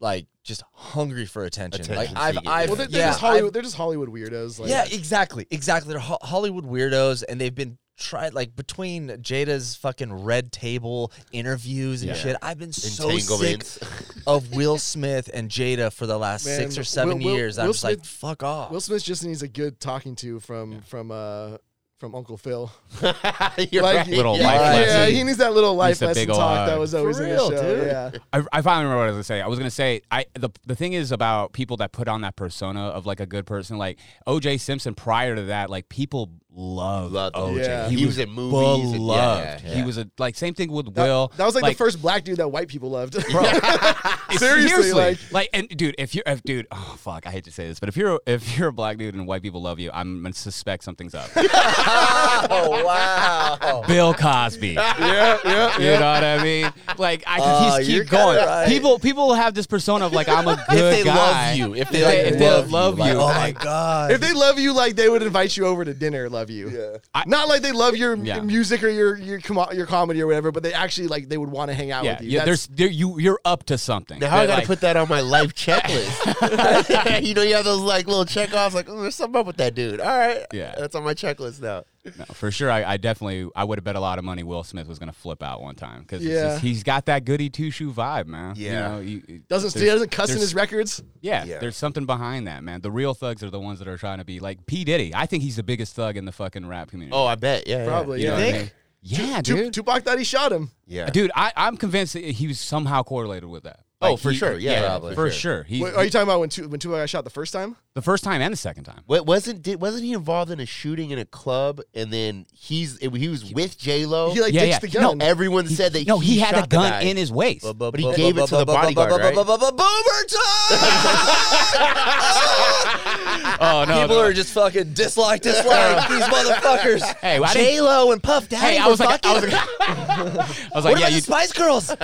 D: like, just hungry for attention.
A: Attention
D: like, I've,
A: seeking,
D: I've,
A: yeah.
C: well, they're, they're
D: yeah,
C: just
D: I've-
C: Hollywood, they're just Hollywood weirdos. Like,
D: yeah, exactly, exactly. They're ho- Hollywood weirdos, and they've been tried like between Jada's fucking red table interviews and
B: Yeah.
D: shit. I've been so sick
A: entanglements.
D: of Will Smith and Jada for the last
C: Man,
D: six or seven
C: Will- Will-
D: years. I'm
C: Will
D: just like,
C: Smith-
D: fuck off.
C: Will Smith just needs a good talking to from from uh from Uncle Phil.
A: You're
C: Like,
A: right.
B: Little
A: yeah.
B: life
C: yeah,
B: lesson.
C: he needs that little life
B: the
C: lesson
B: big ol'
C: talk that
B: hug.
C: was always
D: For
C: in
D: real,
C: the show.
D: dude.
C: Yeah.
B: I, I finally remember what I was gonna say. I was gonna say I the the thing is about people that put on that persona of like a good person, like O.J. Simpson. Prior to that, like people loved,
A: Loved him.
B: O.J.
C: Yeah.
B: He,
A: He
B: was,
A: was in movies and- yeah,
B: beloved.
A: yeah,
B: He
A: yeah.
B: was a like same thing with
C: That,
B: Will.
C: that was like, the first black dude that white people loved.
B: Seriously,
C: Seriously, like
B: and dude, if you're, if dude, oh fuck, I hate to say this, but if you're, if you're a black dude and white people love you, I'm gonna suspect something's up.
D: oh wow.
B: Bill Cosby.
C: yeah, yeah,
B: You know what I mean? Like I could
D: Oh,
B: just
D: you're
B: keep
D: kinda
B: going.
D: right.
B: People, people have this persona of like I'm a good
D: if they
B: guy.
D: love you, if
B: If
D: they like
B: if they
D: love,
B: love
D: you, like,
B: you,
D: oh my
B: like-
D: god,
C: If they love you like they would invite you over to dinner, love love you.
E: Yeah.
B: I-
C: Not like they love your m-
B: Yeah.
C: music or your your com- your comedy or whatever, but they actually like they would want to hang out
B: yeah,
C: with you.
B: yeah.
C: That's-
B: There's there, you. You're up to something.
A: Now I
B: They're
A: gotta
B: like-
A: put that on my life checklist. you know, you have those like little checkoffs, like, oh, there's something up with that dude. All right,
B: Yeah.
A: that's on my checklist now.
B: No, for sure. I, I definitely I would have bet a lot of money Will Smith was going to flip out one time because
C: Yeah.
B: he's got that goody two shoe vibe, man.
A: Yeah.
B: you know, you-
C: doesn't he
B: there's-
C: doesn't cuss in
B: there's-
C: his records.
B: Yeah,
A: Yeah.
B: there's something behind that, man. The real thugs are the ones that are trying to be like P Diddy. I think he's the biggest thug in the fucking rap community.
A: Oh, I bet. Yeah, yeah.
C: Probably,
A: You
C: yeah.
B: what
A: think?
B: mean? Yeah,
C: Tu-
B: dude.
C: Tupac thought he shot him.
A: Yeah.
B: Dude, I, I'm convinced that he was somehow correlated with that.
A: Oh,
B: Like,
A: for
B: he-
A: sure. Yeah, probably.
B: for
A: For
B: sure. He,
C: Wait, are you talking about when tu- when Tupac got shot the first time?
B: the first time and the second time.
A: What wasn't did, wasn't he involved in a shooting in a club and then he's he was with J Lo?
C: He like
B: Oh. Yeah,
C: ditched
B: yeah.
C: the
B: No,
C: gun.
A: Everyone
B: He-
A: said that
B: no, he, had a
A: shot the
B: gun
A: guy.
B: in his waist.
A: But he gave it to the bodyguard, right?
D: Boomer time!
B: oh no,
D: People
B: no.
D: are just fucking dislike, dislike these motherfuckers.
B: Hey, I didn't-
D: J Lo and Puff Daddy.
B: Hey, I
D: were
B: was like, I was
D: fucking?
B: like, I was
D: what
B: like, yeah,
D: about
B: you,
D: the Spice Girls?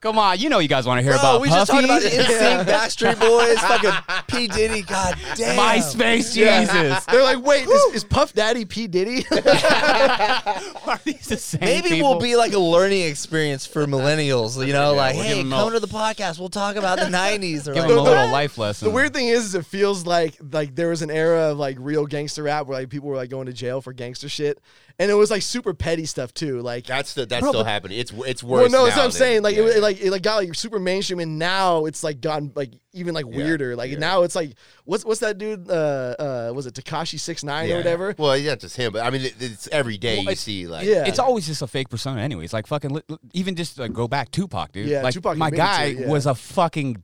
B: come on, you know you guys want to hear
D: Bro,
B: about
D: we
B: Puffy,
D: just talked about NSYNC, Backstreet Boys, fucking P Diddy. God damn.
B: MySpace, Jesus.
C: They're like, wait, is, is Puff Daddy P Diddy?
B: Are these the same
D: Maybe
B: people?
D: we'll be like a learning experience for millennials. You know, like,
B: we'll give
D: hey,
B: 'em
D: come
B: a-
D: to the podcast. We'll talk about the '90s. They're
B: give
D: like,
B: him a little
D: "What?"
B: life lesson.
C: the weird thing is, is it feels like like there was an era of like real gangster rap where like people were like going to jail for gangster shit, and it was like super petty stuff too. Like
A: That's the that's
B: Bro,
A: still
B: but-
A: happening. It's it's
C: Well,
A: worse.
C: no, that's
A: now
C: what I'm
A: than-
C: saying. Like,
A: yeah.
C: it, was- it, like it like got like super mainstream, and now it's like gotten like even like weirder. like now it's like what's what's that dude? Uh, uh, was it Takashi Six Nine
B: Yeah.
C: or whatever?
A: well, yeah, just him. But I mean, it, it's every day you
B: it's-
A: see like
C: yeah.
B: It's always just a fake persona, anyways. Like fucking, li- li- even just like go back Tupac, dude.
C: Yeah,
B: like
C: Tupac
B: my
C: admitted
B: guy
C: to it, yeah.
B: was a fucking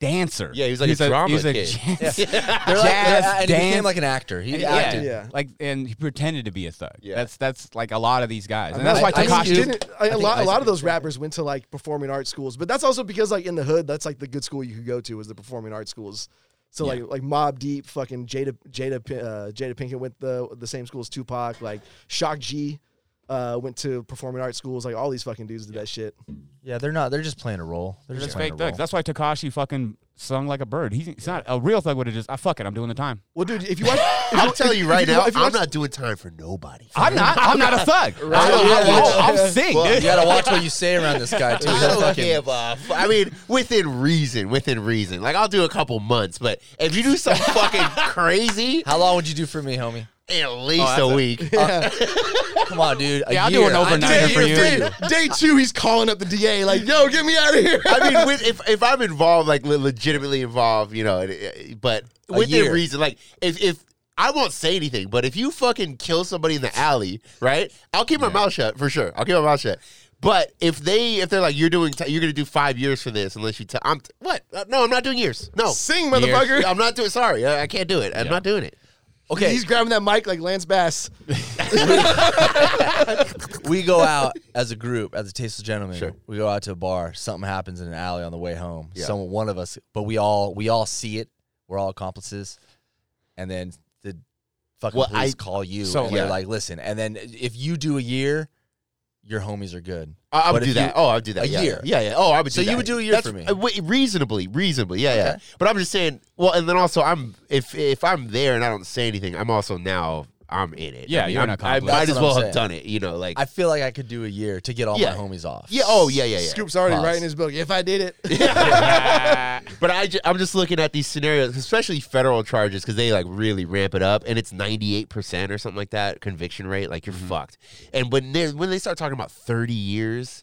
B: dancer.
A: Yeah, he was like a drama
B: he was a
A: kid.
B: jazz,
D: They're like,
B: jazz
D: and he became
B: dance.
D: like an actor. He
B: yeah.
D: acted.
C: Yeah.
B: like and he pretended to be a thug.
A: Yeah.
B: That's that's like a lot of these guys, and
C: No,
B: that's why
C: I- I think
B: Takashi.
C: didn't- I-
B: I
C: A
B: think
C: lot, a
B: Isaac
C: lot of
B: did
C: those rappers went to like performing arts schools, but that's also because like in the hood, that's like the good school you could go to was the performing arts schools. So like like Mob Deep, fucking Jada Jada Pin- uh, Jada Pinkett went the the same school as Tupac. Like Shock G uh, went to performing arts schools. Like all these fucking dudes did that shit.
D: Yeah, they're not. They're just playing a role. They're
B: That's
D: just playing
B: fake
D: a
B: thugs.
D: role.
B: That's why Takashi fucking sung like a bird. He's, he's not a real thug. Would have just I fuck it. I'm doing the time.
C: Well, dude, if you watch,
A: I'm telling you right
C: you-
A: now,
C: if you
A: I'm
C: watch-
A: not doing time for nobody.
B: I'm not. I'm not a thug. I, am sick.
A: Well,
B: dude.
D: You gotta watch what you say around this guy too.
A: I
D: He'll
A: don't
D: fucking-
A: give a fu- I mean, within reason, within reason. Like I'll do a couple months, but if you do something fucking crazy,
D: How Oh, long would you do for me, homie?
A: at least a week.
D: Come on, dude. A
B: Yeah, I'll do
D: year.
B: an
D: I-
B: overnighter for you.
C: day, day two, he's calling up the DA like, "Yo, get me out of here."
A: I mean, with, if if I'm involved, like le- legitimately involved, you know, it- it- but
D: A
A: within
D: year.
A: reason, like if if. I won't say anything, but if you fucking kill somebody in the alley, right? I'll keep my mouth shut for sure. I'll keep my mouth shut. But if they, if they're like, you're doing, t- you're gonna do five years for this unless you tell, I'm t- what? Uh, no, I'm not doing years. No,
C: Sing, motherfucker.
A: I'm not doing. Sorry, I, I can't do it. I'm not doing it.
D: Okay,
C: He's grabbing that mic like Lance Bass.
D: we go out as a group, as a tasteless gentleman.
A: Sure.
D: We go out to a bar. Something happens in an alley on the way home. Someone, one of us, but we all we all see it. We're all accomplices. And then the fucking
A: Well,
D: police
A: I-
D: call you.
B: So-
D: and they're
A: yeah.
D: like, listen. And then if you do a year, your homies are good.
A: I, I would
D: But if
A: do that.
D: you-
A: oh, I would do that.
D: a
A: yeah.
D: year.
A: Yeah, yeah. Oh, I would.
D: So
A: do
D: you
A: that.
D: would do a year for me?
A: uh, wait, reasonably, reasonably. Yeah, yeah.
D: Okay.
A: But I'm just saying. Well, and then also, I'm if if I'm there and I don't say anything, I'm also now I'm in it.
B: Yeah,
A: I mean,
B: you're an
A: I'm- I
B: accomplice.
A: might
D: That's
A: as
D: what I'm
A: well have
D: saying.
A: done it. You know, like
D: I feel like I could do a year to get all
A: Yeah.
D: my homies off.
A: yeah. Oh, yeah, yeah, yeah.
C: Scoop's already
D: Pause.
C: writing his book. If I did it,
A: But I ju- I'm just looking at these scenarios, especially federal charges, because they like really ramp it up, and it's 98 percent or something like that conviction rate. Like you're
D: Mm-hmm.
A: fucked. And when they when they start talking about 30 years,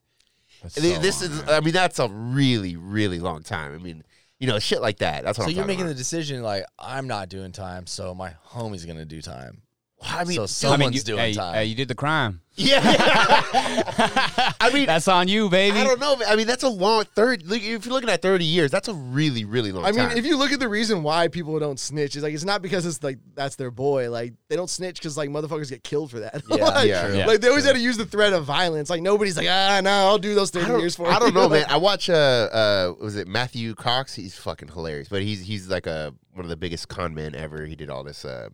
B: That's
A: And th-
B: so
A: this
B: long,
A: is,
B: man.
A: I mean, that's a really, really long time. I mean, you know, shit like that. That's what
D: So
A: I'm
D: you're making the
A: about.
D: decision like I'm not doing time, so my homie's gonna do time.
A: I mean,
D: so
A: dude,
D: someone's
B: you,
D: doing
B: hey,
D: time.
B: hey, you did the crime.
A: yeah. I mean,
B: That's on you, baby.
A: I don't know. I mean, that's a long third. Like, if you're looking at 30 years, that's a really, really long
C: I mean,
A: time.
C: if you look at the reason why people don't snitch, it's like it's not because it's like that's their boy. Like they don't snitch because like motherfuckers get killed for that.
D: Yeah,
C: like,
A: yeah.
B: Yeah.
C: like they always had to use the threat of violence. Like nobody's like, ah, no, I'll do those
A: I
C: thirty years
A: don't,
C: for
A: I don't
C: you.
A: know, man.
C: Like,
A: I watch uh uh was it Matthew Cox? He's fucking hilarious, but he's he's like a one of the biggest con men ever. He did all this uh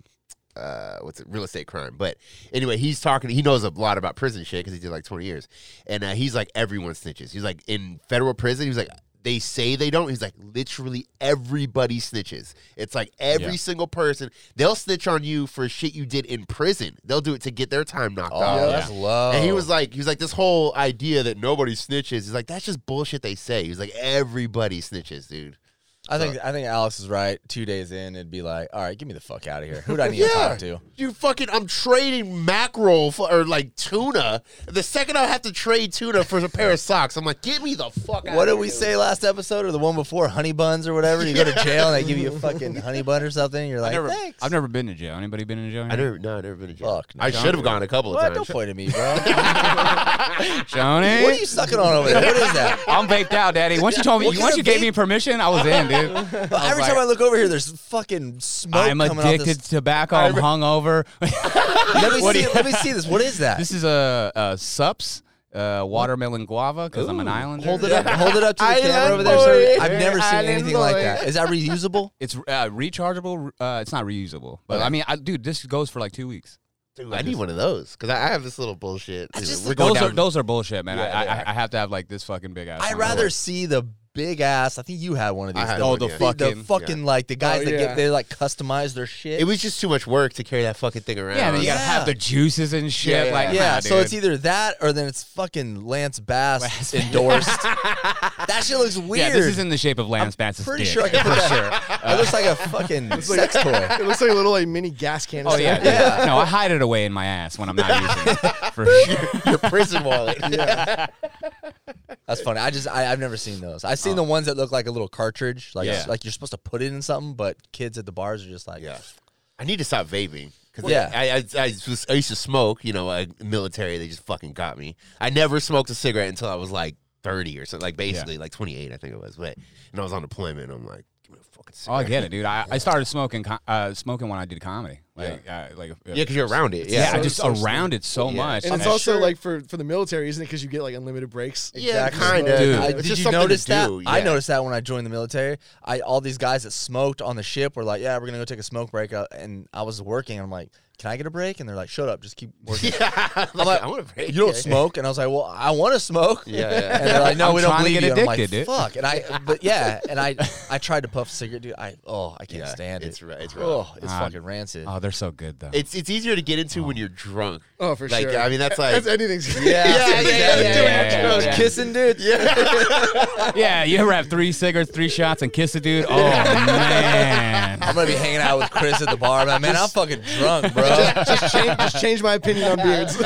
A: uh what's it real estate crime. But anyway, he's talking. He knows a lot about prison shit because he did like twenty years, and uh, he's like everyone snitches. He's like in federal prison. He was like they say they don't. He's like, literally everybody snitches. It's like every
B: Yeah.
A: single person. They'll snitch on you for shit you did in prison. They'll do it to get their time knocked off.
D: Oh, that's low.
A: And he was like, he was like, this whole idea that nobody snitches. He's like, that's just bullshit they say. He's like, everybody snitches, dude.
D: I think I think Alex is right. Two days in, it'd be like, all right, get me the fuck out of here. Who do I need to talk to?
A: You fucking, I'm trading mackerel for, or like tuna. The second I have to trade tuna for a pair of socks, I'm like, get me the fuck out
D: What did we say last episode or the one before? Honey buns or whatever. You go to jail and they give you a fucking honey bun or something. You're like,
B: never,
D: thanks.
B: I've never been to jail. Anybody been to jail?
A: I never, no, I never been to jail.
D: Fuck, no.
A: I should have gone a couple of
D: What?
A: times.
D: Don't point at me, bro.
B: Johnny,
D: what are you sucking on over there? What is that?
B: I'm vaped out, Daddy. Once you told me,
D: What kind
B: once
D: of
B: you gave me
D: vape-
B: permission, I was in, dude. I
D: Every
B: was
D: time I
B: like,
D: look over here, there's fucking smoke.
B: I'm
D: coming off this-
B: addicted to tobacco. I'm hungover.
D: Let me
B: What do
D: see.
B: you-
D: Let me see this. What is that?
B: this is a, a sups, uh, watermelon guava, because I'm an islander.
D: hold it up. Hold it up to the
A: Island
D: camera over there, sir.
A: boy.
D: I've never seen
A: Island
D: anything like
A: boy.
D: that. Is that reusable?
B: It's uh, rechargeable. Uh, it's not reusable, but I mean, I, dude, this goes for like two weeks.
A: Dude, I need one of those because I, I have this little bullshit.
D: just-
A: We're going
B: Those
A: down.
B: are those are bullshit, man.
A: Yeah,
B: I,
A: yeah.
B: I I have to have like this fucking big ass.
D: I'd
B: on.
D: rather see the big ass. I think you had one of these.
A: I had
D: though.
A: one,
B: Oh, the
A: yeah.
B: fuck-
D: the
B: fucking-
D: fucking like the guys
C: Oh,
D: that
C: yeah.
D: get they like customize their shit.
A: it was just too much work to carry that fucking thing around.
B: Yeah, and then you
D: Yeah.
B: gotta have the juices and shit.
A: Yeah,
B: like,
D: yeah,
B: nah,
D: so it's
B: dude.
D: either that or then it's fucking Lance Bass
B: Lance-
D: endorsed. that shit looks
B: yeah.
D: weird.
B: This is in the shape of Lance Bass's
D: Pretty
B: dick.
D: sure I can put that. It looks like a fucking sex toy.
C: It looks like a little like mini gas canister.
B: Oh yeah, dude.
D: Yeah.
B: No, I hide it away in my ass when I'm not using it. For sure.
A: your prison wallet.
D: That's funny. I just I, I've never seen those. I've seen the ones that look like a little cartridge, like
B: Yeah.
D: like you're supposed to put it in something, but kids at the bars are just like,
A: Yeah. I need to stop vaping. Cause
D: Yeah.
A: I, I, I, was, I used to smoke, you know, uh, military. They just fucking got me. I never smoked a cigarette until I was like 30 or something, like basically like 28, I think it was. But and I was on deployment. And I'm like, give me a fucking
B: Oh, I
A: cigarette.
B: get it, dude. I, I started smoking co- uh, smoking when I did comedy. Like, uh, like
A: yeah, because you're around it. Yeah,
B: yeah, I
C: so-
B: just
C: so
B: around it so much.
C: And it's
B: that-
C: also like for for the military, isn't it? Because you get like unlimited breaks.
A: yeah,
D: Exactly.
A: kind
B: Dude.
A: of.
D: I,
B: It's
D: did you notice that? I noticed that when I joined the military. I all these guys that smoked on the ship were like, "Yeah, we're gonna go take a smoke break," uh, and I was working. I'm like, "Can I get a break?" And they're like, "Shut up, just keep working."
A: Yeah, I'm like, I want to
D: You don't smoke, and I was like, "Well, I want to smoke."
A: Yeah, yeah.
D: and they're like, "No,
B: I'm
D: we don't
B: trying to
D: believe
B: get
D: you." And I'm like,
B: addicted, dude.
D: "Fuck!" And I, but yeah, and I, I tried to puff a cigarette, dude. I, oh, I can't
A: Yeah,
D: stand it.
A: it's ri- it's rough.
D: oh, it's
B: Ah.
D: fucking rancid.
B: oh, they're so good though.
A: It's it's easier to get into when you're drunk.
C: Oh, for
A: like,
C: sure.
A: I mean, that's like
C: That's anything's.
A: yeah, yeah, yeah,
B: yeah, yeah, yeah, yeah.
D: Kissing dudes. Yeah.
B: yeah, you ever have three cigarettes, three shots, and kiss a dude? Oh man.
D: I'm gonna be hanging out with Chris at the bar, man. man, I'm fucking drunk, bro.
C: just change, just change my opinion on beards.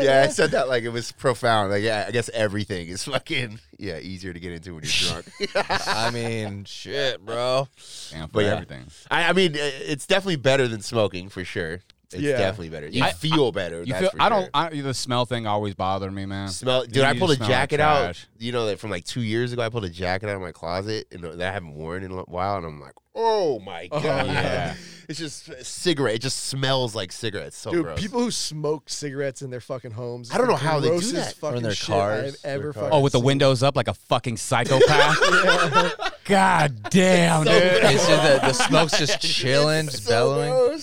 A: yeah, I said that like it was profound. Like, yeah, I guess everything is fucking yeah easier to get into when you're drunk.
D: I mean, shit, bro.
B: Damn, for
A: But yeah.
B: everything.
A: I, I mean, i- it's definitely better than smoking for sure. It's
C: Yeah.
A: definitely better. You
B: I-
A: feel better.
B: You
A: that's
B: feel?
A: for
B: I don't.
A: sure.
B: I, the smell thing always bothered me, man.
A: smell, dude.
B: You
A: I
B: just
A: pulled a
B: smell like
A: jacket out.
B: trash.
A: You know that from like two years ago. I pulled a jacket out of my closet and that I haven't worn in a while, and I'm like, oh my god,
B: yeah.
A: it's just a cigarette. It just smells like cigarettes. So
C: Dude,
A: gross.
C: people who smoke cigarettes in their fucking homes.
A: I don't know
C: it's the
A: how they do
C: grossest
A: that.
D: Or
C: Fucking
D: in their
C: shit
D: cars,
C: I've ever
D: their cars.
C: fucking
B: Oh, with the
C: seen.
B: windows up like a fucking psychopath. God damn, dude.
D: It's just the, the smoke's just chilling, just bellowing.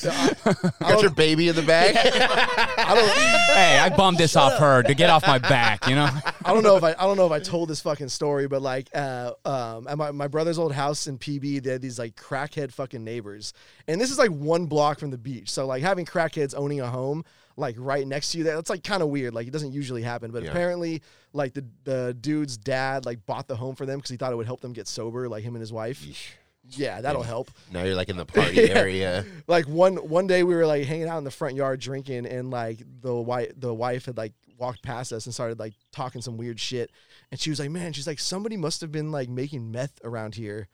A: Got your baby in the bag.
B: hey, I bummed this off her to get off my back, you know?
C: I don't know if I, I don't know if I told this fucking story, but like, uh, um, at my, my brother's old house in PB, they had these like crackhead fucking neighbors, and this is like one block from the beach. So like having crackheads owning a home like right next to you, that, that's like kind of weird. Like it doesn't usually happen, but apparently like the the dude's dad like bought the home for them because he thought it would help them get sober, like him and his wife. Yeah, that'll help
A: now you're like in the party area.
C: like one one day we were like hanging out in the front yard drinking and like the wife the wife had like walked past us and started like talking some weird shit and she was like man she's like somebody must have been like making meth around here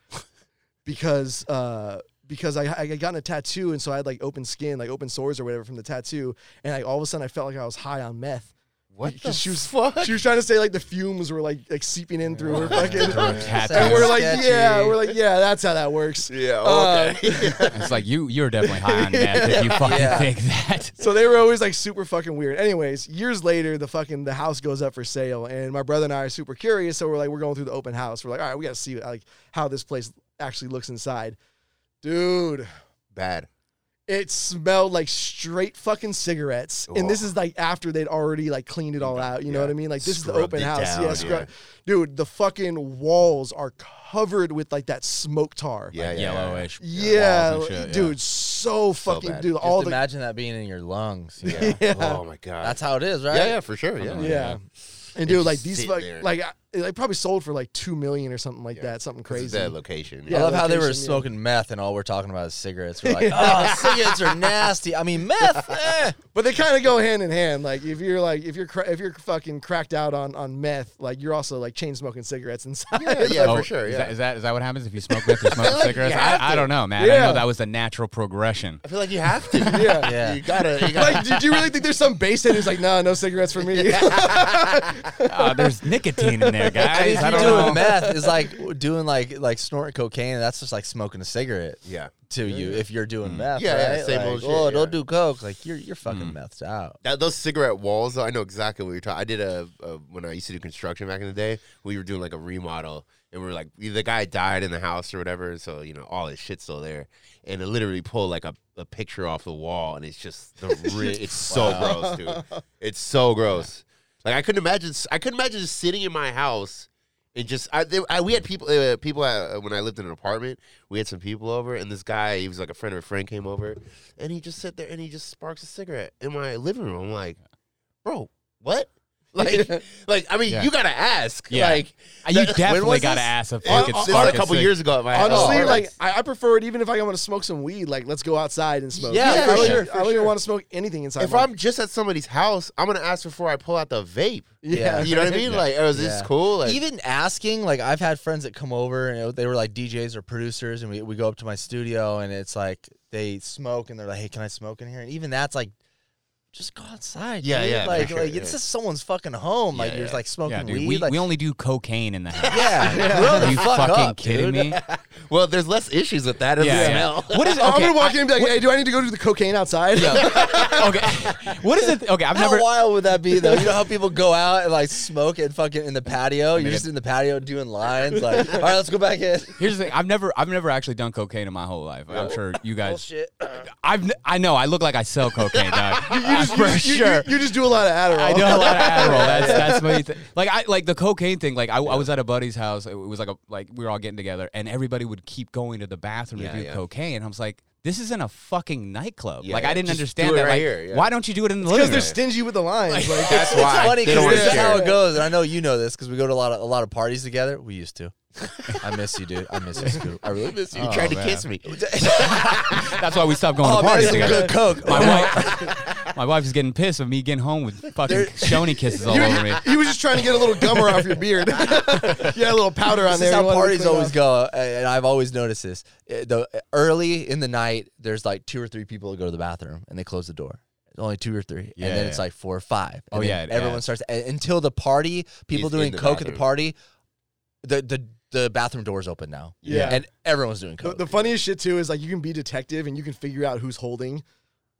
C: because uh because I, I had gotten a tattoo and so I had like open skin like open sores or whatever from the tattoo and like all of a sudden I felt like I was high on meth
A: What?
C: because she was she was trying to say like the fumes were like like seeping in through her fucking
B: Tattoo.
C: and we're like
D: Sketchy.
C: yeah we're like yeah that's how that works
A: Yeah.
C: Uh,
A: okay.
B: It's like you you're definitely high on meth if you fucking
D: Yeah.
B: think that.
C: So they were always like super fucking weird. Anyways, years later, the fucking the house goes up for sale, and my brother and I are super curious. So we're like, we're going through the open house. We're like, all right, we gotta see like how this place actually looks inside, dude.
A: Bad.
C: It smelled like straight fucking cigarettes. And this
A: Ugh.
C: is like after they'd already like cleaned it all out. You know what I mean? Like this is the
A: Scrubbed
C: open
A: it
C: house.
A: down,
C: yeah, scrub- dude, the fucking walls are covered with like that smoke tar.
A: Yeah,
B: Like
A: yeah, yeah, yeah.
B: yellowish.
C: Yeah,
B: walls and shit, yeah.
C: dude, so fucking
A: bad.
C: dude,
A: Just
C: all
D: Just
C: the
D: imagine that being in your lungs. you know?
A: Oh my god.
D: That's how it is, right?
A: yeah, yeah, for sure. Yeah.
B: Yeah.
C: Oh, yeah. And dude,
A: just
C: like these
A: sit
C: fuck,
A: there.
C: like I- they probably sold for like two million or something like that, something
A: This
C: crazy.
A: is that location.
D: I
C: Yeah,
D: love how they were
C: location, yeah.
D: smoking meth and all we're talking about is cigarettes. We're like, oh, cigarettes are nasty. I mean, meth. eh.
C: But they kind of go hand in hand. Like if you're like if you're cra- if you're fucking cracked out on on meth, like you're also like chain smoking cigarettes inside.
A: Yeah, yeah,
B: Oh,
A: for sure.
B: Is
A: Yeah.
B: that, is that is that what happens if you smoke meth or smoke cigarettes?
A: have
B: I, I
A: to.
B: don't know, man. I
C: Yeah.
B: know that was the natural progression.
A: I feel like you have to.
C: Yeah.
D: Yeah.
A: You gotta. You gotta
C: Like, did you really think there's some basehead who's like, no, no cigarettes for me?
B: Uh, there's nicotine in there, guys. I,
D: I mean,
B: don't
D: doing
B: know.
D: meth is like doing like like snorting cocaine. That's just like smoking a cigarette
A: yeah.
D: to you if you're doing meth.
A: Yeah, yeah,
D: right?
A: same
D: Like,
A: old shit,
D: Oh,
A: yeah. Mm.
D: don't do coke. Like you're you're fucking methed out.
A: That, those cigarette walls, though, I know exactly what you're talking. I did a, a when I used to do construction back in the day. We were doing like a remodel, and we were like, the guy died in the house or whatever, so you know all his shit's still there. And I literally pulled like a, a picture off the wall, and it's just the ri- it's so gross, dude. It's so gross. Like I couldn't imagine. s- I couldn't imagine just sitting in my house and just I, they, I we had people uh, people uh, when I lived in an apartment. We had some people over, and this guy he was like a friend of a friend came over, and he just sat there and he just sparks a cigarette in my living room. I'm like, bro, what? Like, like I mean,
B: Yeah.
A: you gotta ask.
B: Yeah.
A: Like, that-
B: You
A: when
B: definitely
A: was
B: got to
A: this?
B: ask
A: Or,
B: if fucking
A: or- or
B: cigarettes
A: a couple
B: are-
A: years ago at my house.
C: Honestly,
A: Or,
C: like I, I prefer it even if I want to smoke some weed. Like let's go outside and smoke.
A: Yeah, for
C: Like, I don't,
A: sure,
C: even- I don't even want to smoke anything inside.
A: if
C: my-
A: I'm just at somebody's house, I'm gonna ask before I pull out the vape.
C: yeah,
A: You know what I mean? Like, oh, is this
D: Yeah.
A: cool? Like,
D: Even asking, like I've had friends that come over and it- they were like DJs or producers, and we, we go up to my studio and it's like they smoke and they're like, "Hey, can I smoke in here?" And even that's like, just go outside.
A: Yeah,
D: dude.
A: yeah, for
D: Like,
A: sure,
D: like
A: yeah.
D: it's just someone's fucking home. like
A: Yeah,
D: you're
A: yeah.
D: like smoking
B: Yeah, dude,
D: weed.
B: we,
D: like,
B: we only do cocaine in the house.
D: yeah,
B: Are
D: grow the
B: you
D: fuck
B: fucking
D: up,
B: kidding
D: dude.
B: me?
A: well, there's less issues with that. As
B: Yeah,
A: the
B: yeah.
A: smell.
B: What is
C: I'm
B: okay?
C: gonna walk in and be like, hey, do I need to go do the cocaine outside?
B: okay. What is it? Okay, I've
D: How
B: never.
D: wild would that be though? You know how people go out and like smoke and fucking in the patio. You're
B: mean,
D: just in the patio doing lines. Like, all right, let's go back in.
B: Here's the thing. I've never. I've never actually done cocaine in my whole life. I'm sure you guys.
D: Bullshit.
B: I've. n- I know. I look like I sell cocaine, dog.
C: just-
B: for
C: you-
B: sure.
C: You, you just do a lot of Adderall.
B: I know a lot of Adderall. That's that's my thing. Like I like the cocaine thing. Like I, I was at a buddy's house. It was like a like we were all getting together, and everybody would keep going to the bathroom
A: Yeah,
B: to do
A: yeah.
B: cocaine. And I was like, this isn't a fucking nightclub.
A: Yeah,
B: like
A: yeah.
B: I didn't
A: Just
B: understand
A: do it
B: that.
A: right
B: like,
A: here, yeah.
B: why don't you do it in the
C: because
B: living
C: they're
B: room?
C: stingy with the lines. Like,
A: That's why
D: It's funny
A: they
D: because
A: don't want to
D: this is how
A: share.
D: it goes, and I know you know this because we go to a lot of a lot of parties together. We used to. I miss you, dude. I miss you, Scoop. I really miss you.
A: You tried to kiss me.
B: That's why we stopped going
D: Oh,
B: to
D: man,
B: parties
D: some
B: together.
D: good coke.
B: My wife, my wife is getting pissed with me getting home with fucking shoney kisses all over me.
C: you, you was just trying to get a little gummer off your beard. you had a little powder on
D: This is
C: there.
D: how
C: you wanted to
D: parties
C: clean
D: always
C: off.
D: go, and I've always noticed this. Uh, The early in the night, there's like two or three people that go to the bathroom and they close the door. Only two or three,
B: Yeah,
D: and then
B: yeah.
D: it's like four or five. and
B: Oh,
D: then
B: yeah, it
D: everyone
B: adds.
D: starts a- until the party. People
A: Is in
D: doing
A: the
D: coke at
A: bathroom.
D: the party. The the the bathroom door's open now.
C: Yeah.
D: and everyone's doing
C: The,
D: coke.
C: the funniest shit too is like you can be detective and you can figure out who's holding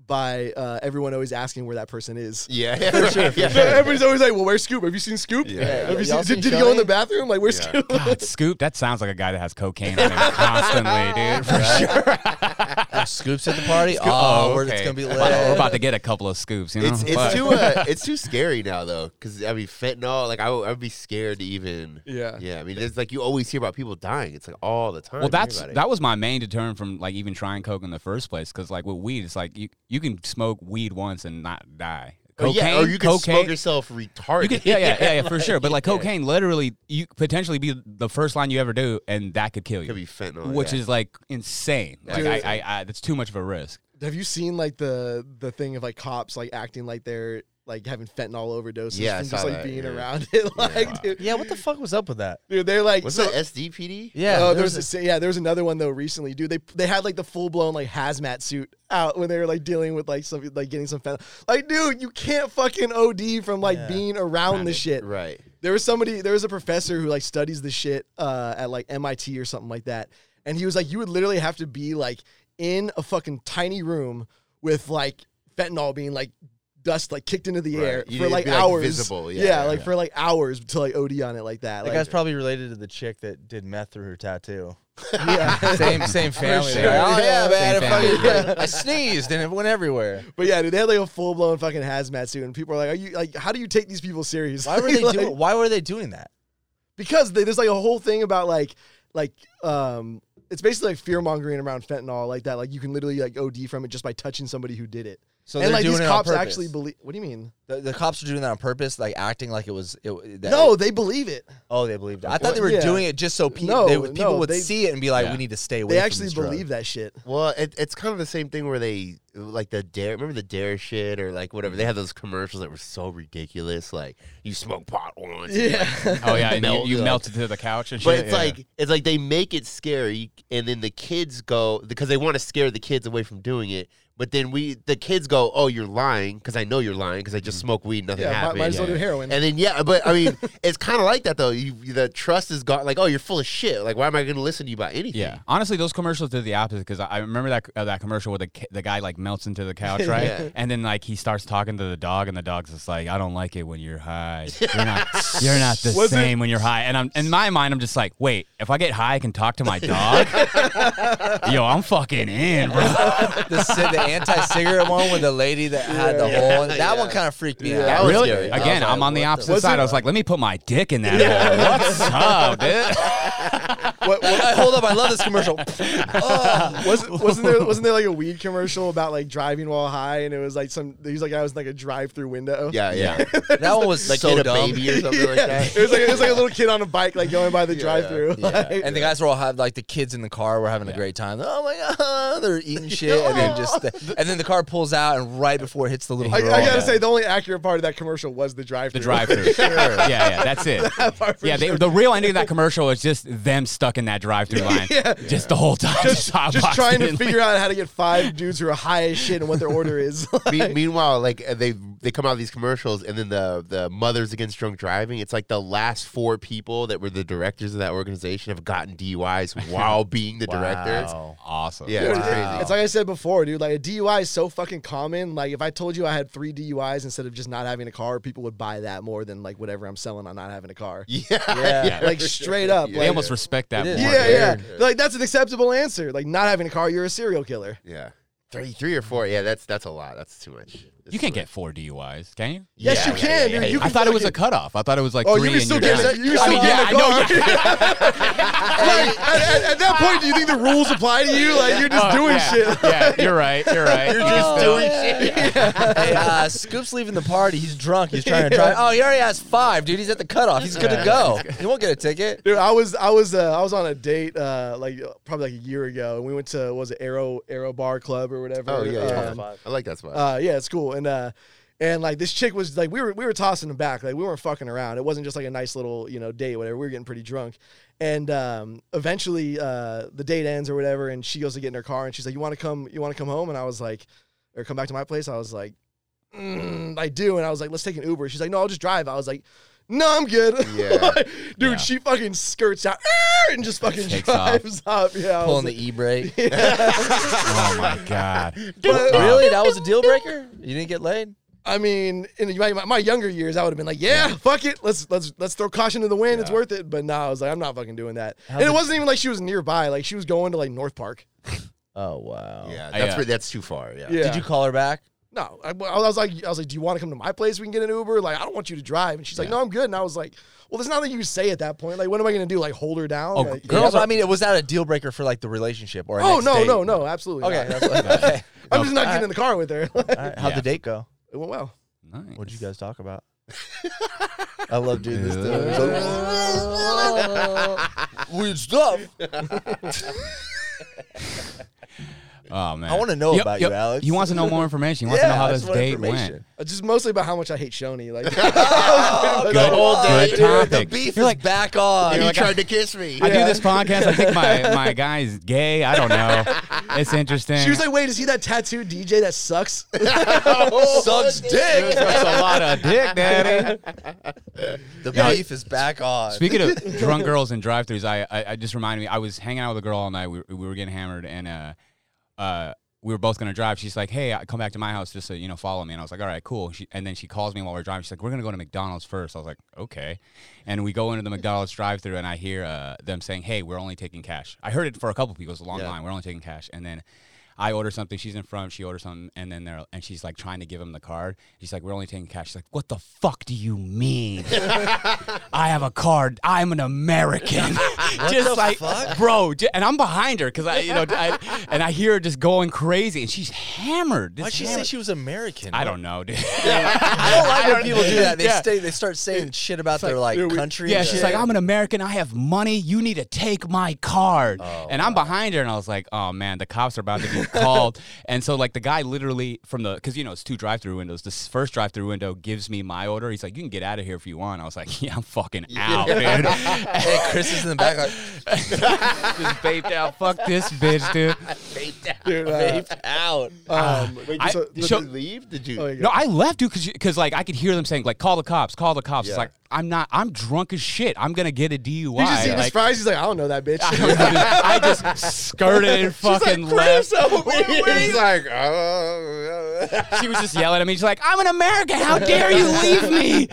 C: by uh, everyone always asking where that person is.
A: Yeah, for sure. Yeah.
C: So everybody's always like, "Well, where's Scoop? Have you seen Scoop?
A: Yeah. Yeah,
C: Have you
D: y'all
C: seen, did,
D: seen
C: did he go in
D: Johnny?
C: the bathroom? Like, where's Scoop?"
B: God, Scoop, that sounds like a guy that has cocaine on him constantly, dude. For sure.
D: Oh, Scoops at the party. oh,
B: Oh,
D: we're,
B: okay.
D: it's gonna be
B: We're
D: lit.
B: about- We're about to get a couple of scoops. You know,
A: It's
B: Fuck.
A: it's too uh, it's too scary now though because I mean fentanyl like I would, I would be scared to even
C: Yeah.
A: yeah I mean it's like you always hear about people dying it's like all the time
B: Well,
A: you hear
B: that's
A: about it.
B: that was my main deterrent from like even trying coke in the first place because like with weed, it's like you you can smoke weed once and not die.
A: Or,
B: Cocaine,
A: Oh, yeah, or you can
B: cocaine,
A: smoke yourself retarded
B: you could- yeah, yeah, yeah, yeah, for sure. But like cocaine, literally, you could potentially be the first line you ever do, and that could kill you,
A: could be fentanyl
B: which
A: Oh, yeah.
B: is like insane. Like
C: Dude.
B: I, I, I, that's too much of a risk.
C: Have you seen like the the thing of like cops like acting like they're like having fentanyl overdoses
A: Yeah, I
C: and
A: saw
C: just like
A: that,
C: being
A: yeah.
C: around it? Like, dude,
D: yeah, what the fuck was up with that?
C: dude, they're like,
A: was
C: so-
A: it SDPD
D: Yeah,
C: oh,
D: there
C: there was this, yeah, there was another one though recently, dude. They they had like the full blown like hazmat suit out when they were like dealing with like some like getting some fentanyl. Like, dude, you can't fucking OD from like being around the shit.
A: right
C: There was somebody, there was a professor who like studies this shit uh, at like MIT or something like that, and he was like, you would literally have to be like in a fucking tiny room with like fentanyl being like dust like kicked into the
A: Right.
C: air
A: You
C: for
A: need to
C: like
A: be, like,
C: hours.
A: visible. Yeah, yeah,
C: like
A: yeah.
C: for like hours to like OD on it like that.
D: That
C: Like,
D: guy's probably related to the chick that did meth through her tattoo.
C: yeah.
D: Same same family.
C: sure.
D: right? Oh yeah,
C: Yeah.
D: man.
B: Same
D: I fucking- I sneezed and it went everywhere.
C: But yeah, dude, they had like a full blown fucking hazmat suit, and people are like, "Are you like? How do you take these people seriously?"
D: Why were they
C: Like,
D: doing? Why were they doing that?
C: Because they, there's like a whole thing about like, like, um, it's basically like fear mongering around fentanyl, like that. Like you can literally like OD from it just by touching somebody who did it.
D: So
C: and
D: they're
C: like
D: doing
C: these
D: it on
C: cops
D: purpose.
C: actually believe. What do you mean?
D: The, the cops are doing that on purpose, like acting like it was. It, that-
C: No, they believe it.
D: Oh, they believed it. I thought they were
C: Yeah.
D: doing it just so pe-
C: No,
D: they would,
C: no,
D: people would
C: they-
D: see it and be like,
B: Yeah.
D: "We need to stay away."
C: They
D: from
C: actually
D: this drug."
C: believe that shit.
A: Well, it, it's kind of the same thing where they like the dare. Remember the dare shit or like whatever. They had those commercials that were so ridiculous. Like you smoke pot once. you, like,
B: Oh yeah, and
A: melt,
B: you, you
A: like-
B: melted to the couch and shit.
A: But it's
B: yeah.
A: like it's like they make it scary, and then the kids go because they want to scare the kids away from doing it. But then we the kids go, "Oh, you're lying," because I know you're lying because I just smoke weed, nothing
C: Yeah, might,
A: happened.
C: might as well do heroin.
A: And then yeah, but I mean, it's kind of like that though. You, you- the trust is gone. Like, oh, you're full of shit. Like, why am I going to listen to you about anything?
B: Yeah, honestly, those commercials did the opposite because I, I remember that uh, that commercial where the ki- the guy like melts into the couch, right?
A: Yeah.
B: And then like he starts talking to the dog, and the dog's just like, "I don't like it when you're high. You're not you're not the
C: Was it-
B: same when you're high." And I'm in my mind, I'm just like, "Wait, if I get high, I can talk to my dog. Yo, I'm fucking in, bro."
D: the, ci- the anti-cigarette one with the lady that had the
A: Yeah.
D: hole. in- That
A: Yeah.
D: one kind of freaked me
A: That
D: out.
A: was
B: Really?
A: scary.
B: Again,
A: I was
B: I'm
A: like,
B: on the
A: what the-
B: opposite side. I was like, "Let me put my dick in that hole. What's up, dude?"
C: What- what- uh,
D: I- Hold up, I love this commercial.
C: wasn't wasn't there wasn't there like a weed commercial about like driving while high and it was like some he's like I was in, like a drive through window.
A: Yeah, yeah.
D: That one was
A: like
D: so
A: hit a
D: dumb.
A: baby or something like that.
C: It was like it was like a little kid on a bike like going by the drive through.
D: And the guys were all having like the kids in the car were having a great time. Oh my god, they're eating shit, and then just and then the car pulls out, and right before it hits the little
C: I, I
D: girl,
C: gotta say the only accurate part of that commercial was the drive
B: The
C: through.
B: drive-through. Yeah, yeah, that's it. Yeah, they, the real ending of that commercial is just them stuck in that drive-through line, just the whole time, just,
C: just
B: hotboxing
C: trying to
B: and-
C: figure out how to get five dudes who are high as shit and what their order is.
A: Me- meanwhile, like uh, they they come out of these commercials, and then the the mothers against drunk driving. It's like the last four people that were the directors of that organization have gotten DUIs while being the directors.
B: Awesome.
A: Yeah,
C: Dude,
A: it's
C: it-
A: crazy.
C: It's like I said before, dude. Like a DUI is so fucking common. Like if I told you I had three DUIs instead of just not having a car, people would buy that more than like whatever I'm selling on not having a car.
A: yeah,
D: yeah,
C: Like straight up.
A: Yeah.
B: They
C: like-
B: almost respect that.
D: It is.
B: more.
C: yeah, yeah.
D: Weird.
C: Like that's an acceptable answer. Like not having a car, you're a serial killer.
A: yeah. Three, three or four. Yeah, that's that's a lot. That's too much.
B: You can't get four DUIs, can you?
C: Yes, you can, dude. You
B: I
C: can
B: thought it was a
C: fucking-
B: cutoff. I thought it was like
C: Oh,
B: three
C: you can
B: and
C: still
B: you're
C: get
B: done.
C: it. You can
B: I
C: still
B: mean,
C: get
B: yeah,
C: in
B: I
C: the
B: know.
C: car. Like, at, at- at that point, do you think the rules apply to you? Like you're just
B: Oh,
C: doing
B: yeah,
C: shit.
B: Yeah, you're right. You're right. Oh, You're
D: just
B: doing
D: Hey, uh, Scoop's leaving the party. He's drunk. He's trying to drive. Oh, he already has five, dude. He's at the cutoff. He's good to go. He won't get a ticket.
C: Dude, I was I was uh, I was on a date uh, like uh, probably like a year ago, and we went to what was it Arrow Arrow Bar Club or whatever.
A: Oh yeah, yeah.
C: Um,
A: I like that spot.
C: uh, yeah, it's cool. And uh, and like this chick was like we were we were tossing them back, like we weren't fucking around. It wasn't just like a nice little you know date, whatever. We were getting pretty drunk, and um, eventually uh, the date ends or whatever, and she goes to get in her car, and she's like, "You want to come? You want to come home?" And I was like, "Or come back to my place?" I was like, mm, "I do," and I was like, "Let's take an Uber." She's like, "No, I'll just drive." I was like. No, I'm good.
A: Yeah.
C: Dude,
B: Yeah.
C: she fucking skirts out "Arr!" and just fucking
B: Takes
C: drives up. Yeah. I was
D: Pulling
C: like-
D: the e brake.
B: Oh my god.
C: But-
D: Really? That was a deal breaker? You didn't get laid?
C: I mean, in my, my, my younger years, I would have been like, "Yeah, fuck it, let's let's let's throw caution to the wind. It's worth it." But no, I was like, "I'm not fucking doing that." and it wasn't even like she was nearby; like she was going to like North Park.
D: Oh wow.
A: yeah,
B: I,
A: that's
B: uh,
A: pre- that's too far. Yeah.
C: Yeah.
D: Did you call her back?
C: No, I, I was like, I was like, "Do you want to come to my place? We can get an Uber." Like, I don't want you to drive. And she's like, "No, I'm good." And I was like, "Well, there's nothing you can say at that point. Like, what am I going to do? Like, hold her down?"
B: Oh,
C: Like,
B: girl- Girls
D: Yeah, but
B: are-
D: I mean, it was that a deal breaker for like the relationship or? a
C: oh
D: next
C: no,
D: date?
C: no, no, absolutely.
D: Okay,
C: not.
D: that's what, okay.
C: I'm
B: No,
C: just not
D: I-
C: getting in the car with her. it
D: All right, how'd
B: Yeah.
D: the date go?
C: went well.
B: Nice.
D: What did you guys talk about? I love doing this. Stuff. Weird stuff.
B: Oh man.
D: I wanna know about you, Alex.
B: You want to know more information. You want
D: Yeah,
B: to know how
D: I
B: this
D: just want
B: date
D: information.
B: went.
C: Uh, Just mostly about how much I hate Shoni. Like,
B: Good, good
D: Uh, The
B: topic.
D: beef
B: You're
D: is
B: like,
D: back on.
A: You
B: like,
A: tried to kiss me.
B: I do this podcast. I think my my guy's gay. I don't know. It's interesting.
C: she was like, "Wait, is he that tattooed DJ that sucks?"
D: Sucks dick.
B: That's a lot of dick, daddy.
D: The
B: Yeah.
D: beef is back on.
B: Speaking of drunk girls and drive-throughs, I, I I just reminded me I was hanging out with a girl all night. We, were- we were getting hammered, and uh, uh, we were both gonna drive. She's like, "Hey, I come back to my house just so you know, follow me." And I was like, "All right, cool." She, and then she calls me while we're driving. She's like, "We're gonna go to McDonald's first. I was like, "Okay." And we go into the McDonald's drive-through, and I hear uh, them saying, "Hey, we're only taking cash." I heard it for a couple people. It's a long
A: Yeah.
B: line. We're only taking cash. And then I order something. She's in front. She orders something, and then they're and she's like trying to give him the card. She's like, "We're only taking cash." She's like, "What the fuck do you mean?" I have a card. I'm an American. just like, bro. Ju- and I'm behind her because I, you know, I, and I hear her just going crazy, and she's hammered. This
D: Why'd she say
B: hammered-
D: she was American?
B: I don't know, dude.
D: I don't like when people do that. They
B: Yeah.
D: stay. They start saying shit about their like country.
B: yeah,
D: and
B: she's
D: shit.
B: like, I'm an American. I have money. You need to take my card.
D: Oh,
B: and I'm behind her, and I was like, oh man, the cops are about to be called. And so like the guy literally from the because you know it's two drive through windows. This first drive through window gives me my order. He's like, you can get out of here if you want. I was like, yeah, I'm fucking out, dude.
D: Hey, Chris is in the back. Like,
B: just vaped out. Fuck this bitch, dude.
C: Dude, uh,
A: Vaped out.
C: um,
A: Wait,
B: I-
A: so, did
B: so-
A: you leave? Did you?
C: oh, you go.
B: No, I left, dude, because like I could hear them saying like, "Call the cops, call the cops."
A: Yeah.
B: It's like I'm not. I'm drunk as shit. I'm gonna get a DUI.
C: you just see the
B: like,
C: fries. He's like, I don't know that bitch.
B: I just skirted and fucking left.
A: He's like, oh.
B: She was just yelling at me. She's like, "I'm an American. How dare you leave me?"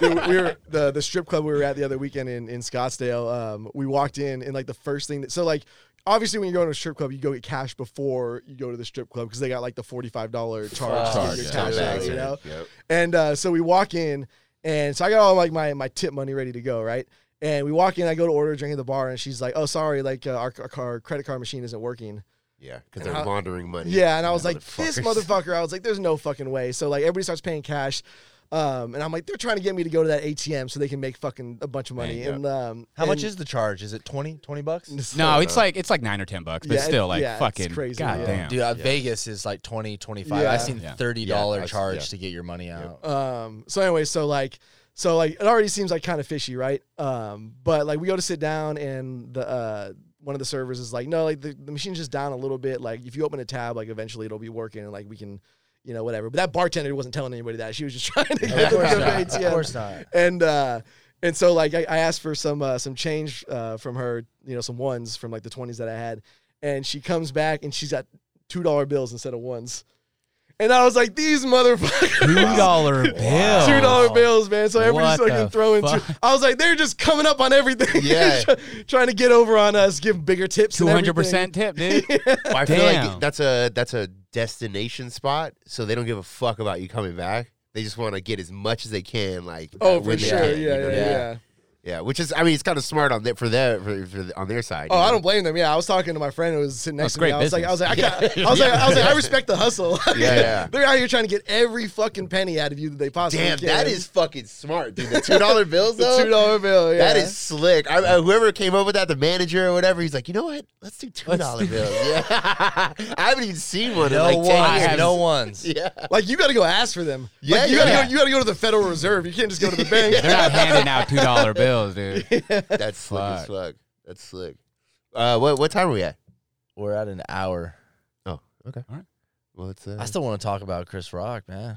C: Dude, we were the the strip club we were at the other weekend in in Scottsdale. Um, we walked in and like the first thing that so like obviously when you're going to a strip club you go get cash before you go to the strip club because they got like the forty five dollar charge, to get
D: Charge,
C: your
D: yeah.
C: cash out, you
A: Yeah.
C: know.
A: Yep.
C: And uh, so we walk in and so I got all like my my tip money ready to go right. And we walk in, I go to order a drink at the bar, and she's like, "Oh, sorry, like uh, our, our, our credit card machine isn't working."
A: Yeah, because they're laundering money.
C: Yeah, and I was like, this
A: Motherfuckers.
C: motherfucker. I was like, there's no fucking way. So like everybody starts paying cash. Um, and I'm like, they're trying to get me to go to that ATM so they can make fucking a bunch of money.
A: Yeah.
C: And um,
D: How much
C: and-
D: is the charge? Is it 20, 20 bucks?
B: No, it's like it's like nine or ten bucks, but
C: Yeah, it-
B: still like
C: yeah, it's
B: fucking
C: crazy,
B: goddamn.
D: Dude, uh, Vegas is like 20, 25.
C: Yeah.
D: I've seen
B: Yeah.
D: $30
A: Yeah, I-
D: charge
A: yeah.
D: to get your money out.
C: Um, so anyway, so like, so like, it already seems like kind of fishy, right? Um, but like, we go to sit down, and the uh, one of the servers is like, no, like the, the machine's just down a little bit. Like, if you open a tab, like eventually it'll be working, and like we can, you know, whatever. But that bartender wasn't telling anybody that. She was just trying to get them to go to
D: not.
C: ATM.
D: Oh, Of course not.
C: and uh and so like I, I asked for some uh, some change uh, from her, you know, some ones from like the twenties that I had, and she comes back and she's got two dollar bills instead of ones, and I was like, these motherfuckers,
B: Two dollar bill.
C: two dollar bills, man. So everybody's
B: What
C: fucking
B: the
C: throwing. Two,
B: fuck?
C: I was like, they're just coming up on everything,
A: Yeah.
C: trying to get over on us, give bigger tips,
B: Two
C: and
B: hundred
C: everything.
B: percent tip, dude.
A: Well, I feel like
B: Damn.
A: that's a that's a destination spot, so they don't give a fuck about you coming back. They just want to get as much as they can, like
C: Oh,
A: when
C: for
A: they
C: sure,
A: can,
C: yeah,
A: you know
C: yeah,
A: what I
C: yeah.
A: mean? yeah. Which is, I mean, it's kind of smart on their, for them for, for the- on their side.
C: Oh,
A: you
C: I
A: know?
C: don't blame them. Yeah, I was talking to my friend who was sitting
B: That's
C: next to me.
B: great
C: I was like, I was like, I, can't, I was like, I was like, I respect the hustle.
A: Yeah, yeah.
C: They're out here trying to get every fucking penny out of you that they possibly
A: Damn,
C: can.
A: that is fucking smart, dude. The two dollar bills,
C: the
A: though.
C: two dollar bill. Yeah.
A: That is slick. I, I, whoever came up with that, the manager or whatever, he's like, you know what? Let's do two dollar bills. Yeah, I haven't even seen one.
D: No
A: in like 10
D: ones.
A: years.
D: No ones.
A: Yeah,
C: like you got to go ask for them.
A: Yeah,
C: Like, you gotta
A: yeah.
C: go. You gotta go to the Federal Reserve. You can't just go to the bank.
B: They're not handing out two dollar bills, dude.
A: that's slick as fuck. That's slick. Uh, what what time are we at?
D: We're at an hour.
A: Oh, okay.
B: All right.
A: Well, it's uh,
D: I still want to talk about Chris Rock, man.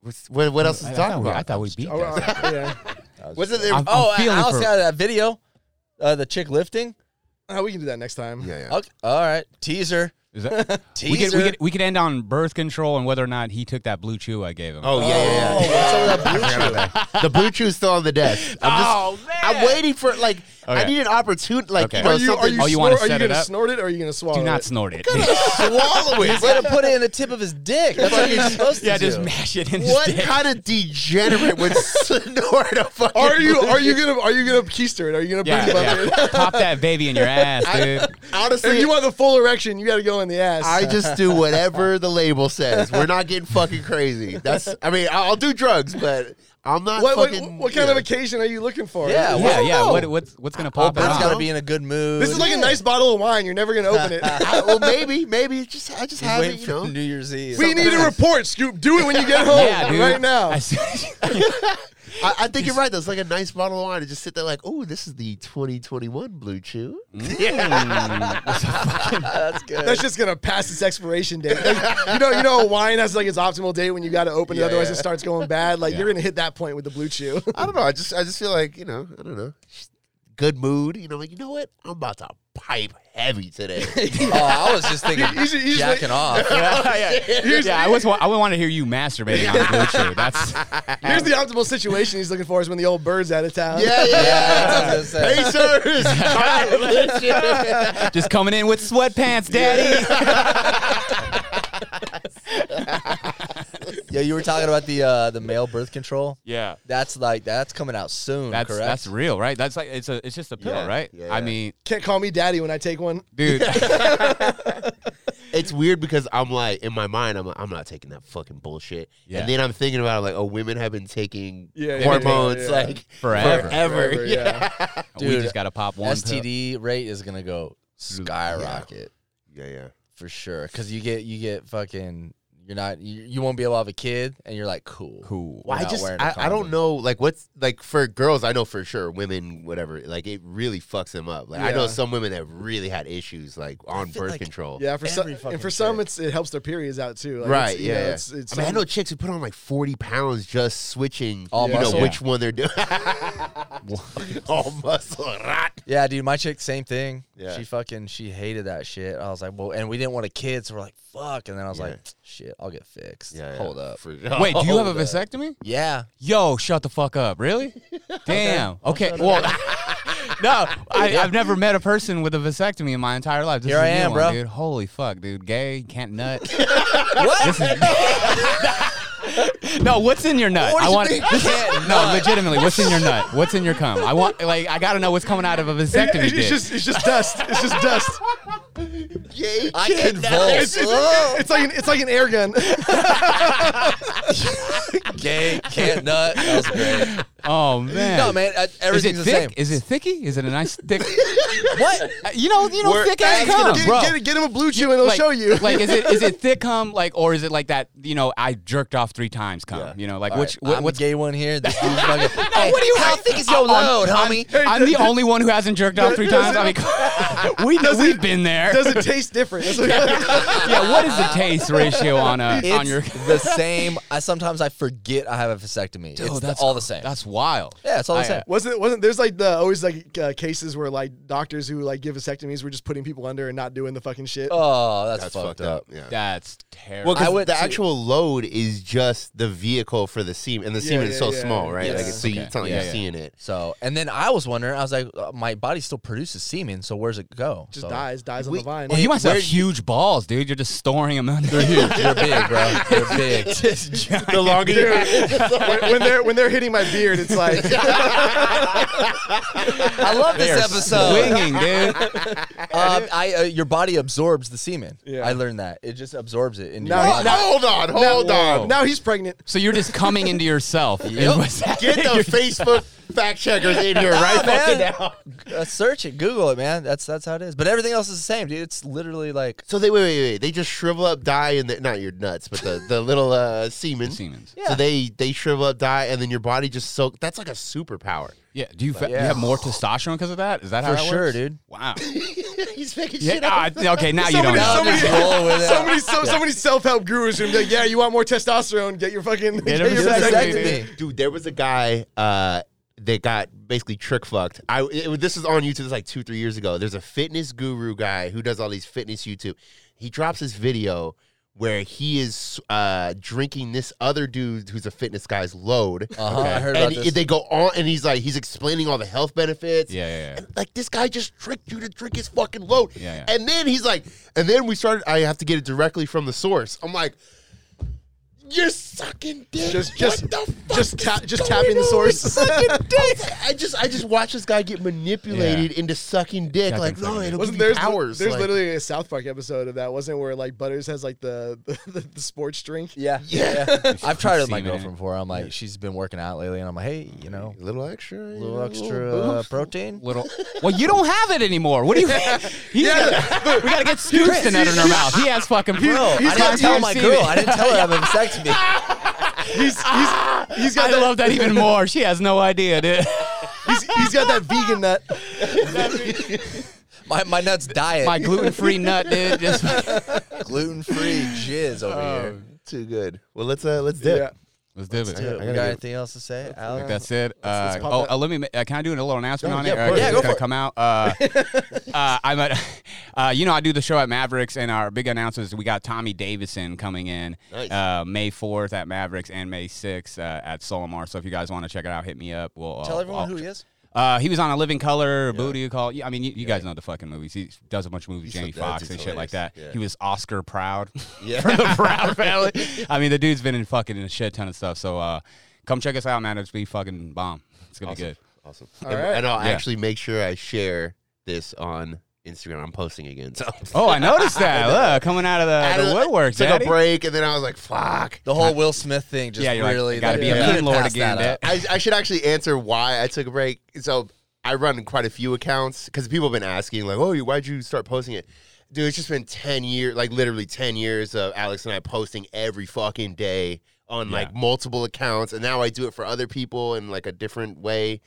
A: what's- what, what else is to
B: I, I
A: talk
B: thought we-
A: about?
B: I thought we beat
C: Oh,
B: that.
C: uh, yeah.
A: What's it there?
B: I'm-
D: oh, I,
B: feeling
D: I also
B: for-
D: got that video, uh, the chick lifting.
C: Uh, we can do that next time.
A: yeah, yeah.
D: Okay. All right. Teaser.
B: Is that-
D: Teaser.
B: we could we could we could end on birth control and whether or not he took that blue chew I gave him.
A: Oh, yeah, yeah,
D: Oh,
A: yeah.
D: what's up with that blue chew?
A: the blue chew's still on the desk. I'm just,
B: Oh, man.
A: I'm waiting for like I
B: Okay.
A: need an opportunity. Like
B: Okay.
A: you know,
C: Are you are
A: something-
C: you,
B: Oh, you
C: snor-
B: wanna
C: are you
B: set it
C: gonna
B: up?
C: snort it or are you gonna swallow
B: Do not
C: it?
B: snort it.
A: swallow it?
D: He's gonna put it in the tip of his dick. That's what you're supposed to
B: yeah,
D: do.
B: just mash it in. his
A: What
B: dick.
A: kind of degenerate would snort a fucking?
C: Are you are you gonna are you gonna keister it? Are you gonna
B: Yeah,
C: bring
B: yeah.
C: it up?
B: Pop that baby in your ass, dude.
A: Honestly,
C: If you want the full erection, you got to go in the ass.
A: I just do whatever the label says. We're not getting fucking crazy. That's. I mean, I'll do drugs, but I'm not
C: what, what,
A: fucking.
C: what kind of
A: yeah.
C: occasion are you looking for?
D: Yeah,
B: yeah,
D: I don't
B: yeah.
D: know.
B: What, what's what's gonna pop it
A: Open
D: That's
A: up.
B: off?
D: gotta be in a good mood.
C: This is like a nice bottle of wine. You're never gonna open it.
A: I- well, maybe, maybe it's just I just
D: He's
A: have
D: waiting
A: it, you
D: for
A: know.
D: New Year's Eve.
C: we need a report, Scoop. Do it when you get home
B: yeah, dude.
C: right now.
B: I see-
A: I, I think you're right. That's like a nice bottle of wine to just sit there, like, oh, this is the 2021 Blue Chew.
D: That's good.
C: That's just gonna pass its expiration date. Like, you know, you know, wine has like its optimal date when you got to open it.
A: Yeah,
C: Otherwise,
A: yeah.
C: it starts going bad. Like
B: Yeah.
C: you're gonna hit that point with the blue chew.
A: I don't know. I just I just feel like you know I don't know. Just Good mood, you know. Like you know what? I'm about to pipe heavy today.
D: Oh, I was just thinking
C: He's- he's like-
D: jacking off.
B: yeah, yeah. yeah I was. wa- I want to hear you masturbating on Blue Chew. That's
C: Here's the optimal situation he's looking for is when the old bird's out of town.
A: yeah,
D: Yeah,
A: yeah.
D: that's what I was
A: hey, sirs.
B: just coming in with sweatpants, daddy.
D: Yeah, you were talking about the uh, the male birth control.
B: Yeah.
D: That's like that's coming out soon.
B: That's
D: correct.
B: that's real, right? That's like it's a it's just a pill,
A: Yeah,
B: right?
A: yeah,
B: I
A: yeah.
B: mean,
C: Can't call me daddy when I take one.
B: dude,
A: it's weird because I'm like in my mind, I'm like, I'm not taking that fucking bullshit.
B: Yeah.
A: And then I'm thinking about it, like, oh, women have been taking
C: Yeah, yeah,
A: hormones
C: yeah, yeah.
A: like forever.
B: Forever.
C: Forever,
A: yeah.
C: yeah.
B: we
D: Dude,
B: just gotta pop one. pill.
D: STD rate is gonna go skyrocket
A: yeah, yeah.
D: for sure because you get you get fucking you're not you, you won't be able to have a kid and you're like cool
B: Cool.
A: Well, I
D: without
A: just
D: wearing a
A: I, I don't
D: condom.
A: know like what's like for girls I know for sure women whatever like it really fucks them up like I know
C: Yeah.
A: some women that really had issues like on
D: feel
A: birth
D: like-
A: control
C: Yeah, for some
D: Every fucking
C: and for some
D: chick.
C: it's it helps their periods out too. Like,
A: right
C: it's,
A: yeah,
C: you know,
A: yeah.
C: It's, it's
A: I mean I know
C: something-
A: chicks who put on like forty pounds just switching
D: All
A: you know
D: muscle.
A: which one they're doing all muscle right
D: yeah dude my chick same thing
A: Yeah.
D: she fucking she hated that shit I was like well and we didn't want a kid so we're like fuck and then I was
A: Yeah.
D: like shit I'll get fixed hold up
A: for,
B: Wait, do you have a
D: Hold up.
B: vasectomy?
D: yeah
B: Yo, shut the fuck up. Really? Damn. Okay. Well, no, I, I've never met a person with a vasectomy in my entire life. This
D: Here
B: is a
D: I
B: new
D: am,
B: one,
D: bro.
B: Dude. Holy fuck, dude. Gay, can't nut.
D: what
B: No, what's in your nut?
D: What did
B: I
D: you
B: want
D: think?
B: this is- no, legitimately, what's in your nut? What's in your cum? I want like I gotta know what's coming out of a vasectomy.
C: It's,
B: dick.
C: just it's just dust. It's just dust.
A: gay
D: I
A: kid now.
D: convulsed Whoa.
C: It's like an, it's like an air gun.
D: gay can't nut that was great
B: oh man.
D: no man I,
B: Is it thick?
D: everything's the same
B: Is it thicky? Is it a nice thick?
D: what
B: you know, you know,
A: We're
B: thick ass
A: asking
B: cum,
C: get,
B: bro.
C: get, get him a blue chew and it'll show you.
B: like, is it is it thick cum? Like, or is it like that? You know, I jerked off three times cum. You know, like
D: All
B: which
D: right,
B: what,
D: I'm
B: what's
D: the gay one here this dude's fucking Hey,
B: what do you-
D: how thick is your
B: I'm-
D: load
B: I'm-
D: homie
B: I'm the only one who hasn't jerked off three times. I mean, we know we've been there.
C: Does it taste different? That's what-
B: yeah, what is the taste ratio on a on
D: It's
B: your?
D: the same. I sometimes I forget I have a vasectomy.
B: Dude,
D: it's the-
B: that's
D: all the same.
B: That's wild.
D: yeah, it's all the
B: I-
D: same.
C: wasn't wasn't there's like the always like uh, cases where like doctors who like give vasectomies were just putting people under and not doing the fucking shit.
D: Oh, that's,
A: that's
D: fucked, up.
A: yeah.
B: That's terrible.
A: Well,
D: I
A: because
D: would
A: the
D: too.
A: actual load is just the vehicle for the semen, and the
C: Yeah,
A: semen is
C: yeah,
A: so
C: yeah.
A: small, right?
D: Yeah.
A: Like, it's, so you,
B: Okay.
A: it's not like
B: Yeah,
A: you're
B: yeah.
A: seeing it.
D: So, and then I was wondering, I was like, uh, my body still produces semen, so where's it go?
C: just
D: So-
C: dies, dies on
A: we-
C: the vine.
B: Well, Oh, you must have
D: where-
B: huge balls, dude. You're just storing them under. They're
D: Dude, You're big, bro. You're big.
A: The longer you
C: when, when they're when they're hitting my beard, it's like
D: I love this episode.
B: Swinging, dude.
D: Um, I, uh, your body absorbs the semen.
C: Yeah.
D: I learned that. It just absorbs it into
C: Now-
D: your body.
C: now-
A: hold on, hold
C: now,
A: on.
C: now he's pregnant.
B: So you're just coming into yourself. is what's
A: Get
B: happening.
A: the Facebook fact checkers in here right fucking
D: man.
A: now.
D: Uh, search it, Google it, man. That's that's how it is. But everything else is the same, dude. It's literally like
A: So they wait, wait, wait. They just shrivel up, die, and they- not your nuts, but the the little uh, semen.
B: Siemens.
A: So they they shrivel up, die, and then your body just soak. That's like a superpower.
B: Yeah. Do you, fa- do you
D: Yeah.
B: have more testosterone because of that? Is that how
D: for
B: that
D: sure,
B: works?
D: dude.
B: Wow.
A: He's making
B: Yeah.
A: shit up.
B: ah, okay. Now you don't know.
D: Now just roll with it.
C: So many, so, so many self-help gurus who be like, "Yeah, you want more testosterone? Get your fucking
B: Get a
C: your
B: vasectomy,
C: vasectomy."
B: dude.
D: vasectomy.
A: dude there was a guy uh that got basically trick fucked i it, was- this is on youtube it's like two three years ago there's a fitness guru guy who does all these fitness youtube he drops this video where he is uh drinking this other dude who's a fitness guy's load
D: Uh-huh, I
A: and
D: heard about
A: he-
D: this.
A: they go on and he's like he's explaining all the health benefits
B: Yeah, yeah, yeah.
A: And, like this guy just tricked you to drink his fucking load
B: Yeah, yeah.
A: and then he's like and then we started i have to get it directly from the source i'm like you're sucking dick.
C: Just-
A: What
C: just-
A: the fuck
C: just
A: is
C: ta- just
A: going
C: tapping the
A: on?
C: source.
A: Sucking dick. I just I just watched this guy get manipulated into sucking dick.
B: Goddamn
A: like no,
B: sucking dick.
A: it'll
C: Wasn't
A: give you
C: there's
A: powers.
C: there's
A: like-
C: literally a South Park episode of that, wasn't it, where like Butters has like the the, the, the sports drink.
D: Yeah.
A: Yeah.
D: I've tried it with my
B: Semen.
D: girlfriend before. I'm like, she's been working out lately, and I'm like, hey, you know,
A: a little extra,
D: a little extra uh, protein.
B: Little. Well, you don't have it anymore. What do you? He's gotta, we gotta get Snoop's nut in our mouth. He has fucking
D: Bro,
B: bro.
D: I didn't tell my girl. I didn't tell her I'm a vasectomy.
C: He's he's he's got
B: I
C: that,
B: love that even more. She has no idea, dude.
C: he's, he's got that vegan nut.
D: My, my nuts diet.
B: My gluten-free nut, dude. Just
D: gluten free jizz over here.
A: Too good. Well, let's uh let's dip.
C: Yeah.
B: Let's do
D: Do
B: it.
D: it.
A: I
D: We
A: gotta
D: got
A: do-
D: anything else to say? Alex?
B: That's it.
C: let's
B: Uh,
C: pop
B: oh,
C: up.
B: uh, let me. ma- Uh, can I do a little announcement
A: Oh,
B: on
A: yeah,
B: it?
A: of course.
B: it's
A: Yeah, go
B: gonna
A: for it.
B: come out. Uh, uh, I'm a, uh, you know, I do the show at Mavericks, and our big announcement is we got Tommy Davidson coming in
A: Nice.
B: uh, May 4th at Mavericks and May 6th uh, at Solomar. So if you guys want to check it out, hit me up. We'll uh,
D: Tell everyone
B: I'll-
D: who he is.
B: Uh, he was on A Living Color, Booty Call. Yeah, I mean, you, you guys know the fucking movies. He does a bunch of movies,
A: He's-
B: Jamie
A: that
B: Foxx
A: dude's
B: and shit like that.
A: hilarious. Yeah.
B: He was Oscar proud
A: Yeah.
B: for the Proud Family. I mean, the dude's been in fucking in a shit ton of stuff. So uh, come check us out, man. It's be fucking bomb. It's gonna be good.
A: Awesome.
C: All
A: and,
C: right.
A: and I'll
B: Yeah.
A: actually make sure I share this on Instagram. I'm posting again. So
B: Oh, I noticed that. Look, coming out of the,
A: Out of
B: the
A: the-
B: woodwork,
A: took
B: daddy.
A: a break, and then I was like, "Fuck."
D: The whole Will Smith thing just
B: Yeah, you're like,
D: really
B: gotta
D: they-
B: be a
D: they
B: mean
D: couldn't
B: lord
D: pass
B: again,
D: that up.
A: I, I should actually answer why I took a break. So I run quite a few accounts because people have been asking, like, "Oh, you- why'd you start posting it?" Dude, it's just been ten years, like literally ten years of Alex and I posting every fucking day on like multiple accounts, and now I do it for other people in like a different way.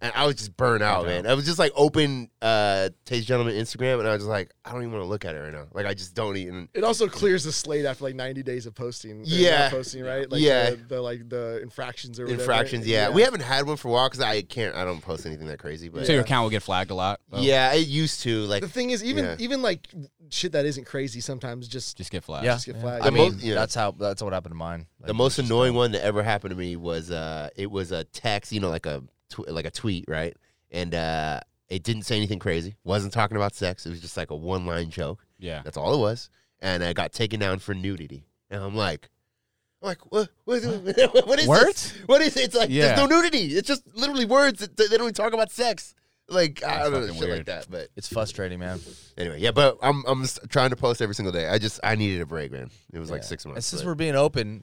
A: And I was just burnt out, man. I was just like open uh Taste Gentleman Instagram, and I was just like, I don't even want to look at it right now. Like, I just don't even.
C: It also clears the slate after like 90 days of posting. or not
A: Yeah.
C: posting right. Like
A: Yeah.
C: the, the like the infractions or whatever.
A: Infractions, yeah. We haven't had one for a while because I can't. I don't post anything that crazy, but
B: So your account will get flagged a lot. though?
A: Yeah, it used to like.
C: The thing is, even
A: Yeah.
C: even like shit that isn't crazy sometimes just
B: just get flagged.
D: Yeah.
C: just get flagged.
A: I
D: I
A: The mo-
D: mean,
A: yeah.
D: that's how that's what happened to mine.
A: the most annoying one that ever happened to me was uh, it was a text, you know, like a tw- like a tweet, right? And uh, it didn't say anything crazy. wasn't talking about sex. It was just like a one line joke.
B: yeah.
A: That's all it was. And I got taken down for nudity. And I'm like, I'm like what? What, what, what is
B: Words?
A: This? What is it? It's like
B: Yeah.
A: there's no nudity. It's just literally words. That, that they don't even talk about sex. Like I
B: That's
A: don't know
B: fucking
A: shit like
B: weird.
A: that. But
D: It's frustrating, man.
A: anyway, yeah. But I'm I'm s- trying to post every single day. I just I needed a break, man. It was like
D: Yeah.
A: six months.
D: And since
A: but-
D: we're being open,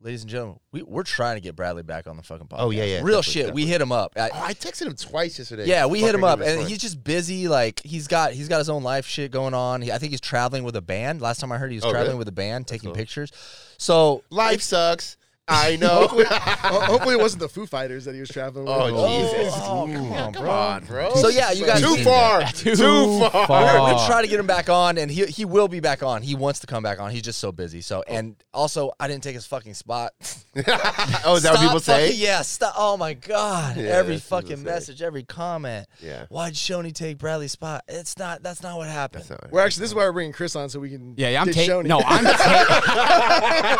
D: ladies and gentlemen, we, we're trying to get Bradley back on the fucking podcast.
A: Oh, yeah, yeah,
D: Real
A: definitely,
D: shit. We hit him up. I-
A: Oh, I texted him twice yesterday.
D: yeah, we hit him
A: Fucking
D: up,
A: was
D: and
A: fun.
D: he's just busy. Like he's got he's got his own life shit going on. He, I think he's traveling with a band. Last time I heard, he was
A: Oh,
D: traveling
A: really?
D: with a band, taking
A: cool.
D: pictures. So
A: life sucks. I know.
C: Ho- Hopefully, it wasn't the Foo Fighters that he was traveling with.
A: oh Jesus!
D: oh, come on,
A: Come on, bro.
D: So yeah, you guys
A: too
D: need
A: far.
D: that.
A: Too, far.
B: far.
D: We're, we're trying to get him back on, and he he will be back on. He wants to come back on. He's just so busy. So and also, I didn't take his fucking spot.
A: oh, is that what
D: Stop
A: people say?
D: fucking- yeah. Stop. Oh my god.
A: Yeah,
D: every
A: that's what people
D: fucking
A: say.
D: message, every comment.
A: Yeah.
D: Why'd Shoney take Bradley's spot? It's not. That's not what happened.
A: That's not right.
C: We're actually this is why we're bringing Chris on so we can.
B: Yeah, yeah, I'm
C: ditch
B: taking.
C: Shoney.
B: No, I'm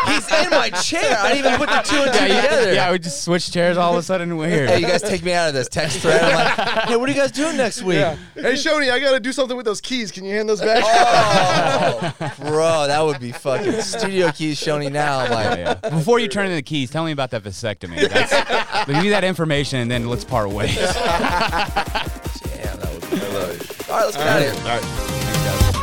B: taking.
D: He's in my chair. I didn't even put the two and two together.
B: yeah, we just switched chairs all of a sudden. We're here.
D: Hey, you guys take me out of this text thread. I'm like, hey, what are you guys doing next week?
C: Yeah. Hey, Shoney, I gotta do something with those keys. Can you hand those back?
D: Oh, bro, that would be fucking studio keys Shoney now. I'm like,
B: Yeah, yeah. Before you turn in the keys, tell me about that vasectomy. That's, we need that information, and then let's part ways.
D: damn, that would be. All right, let's get out of here.
A: All right.
D: Thanks, guys.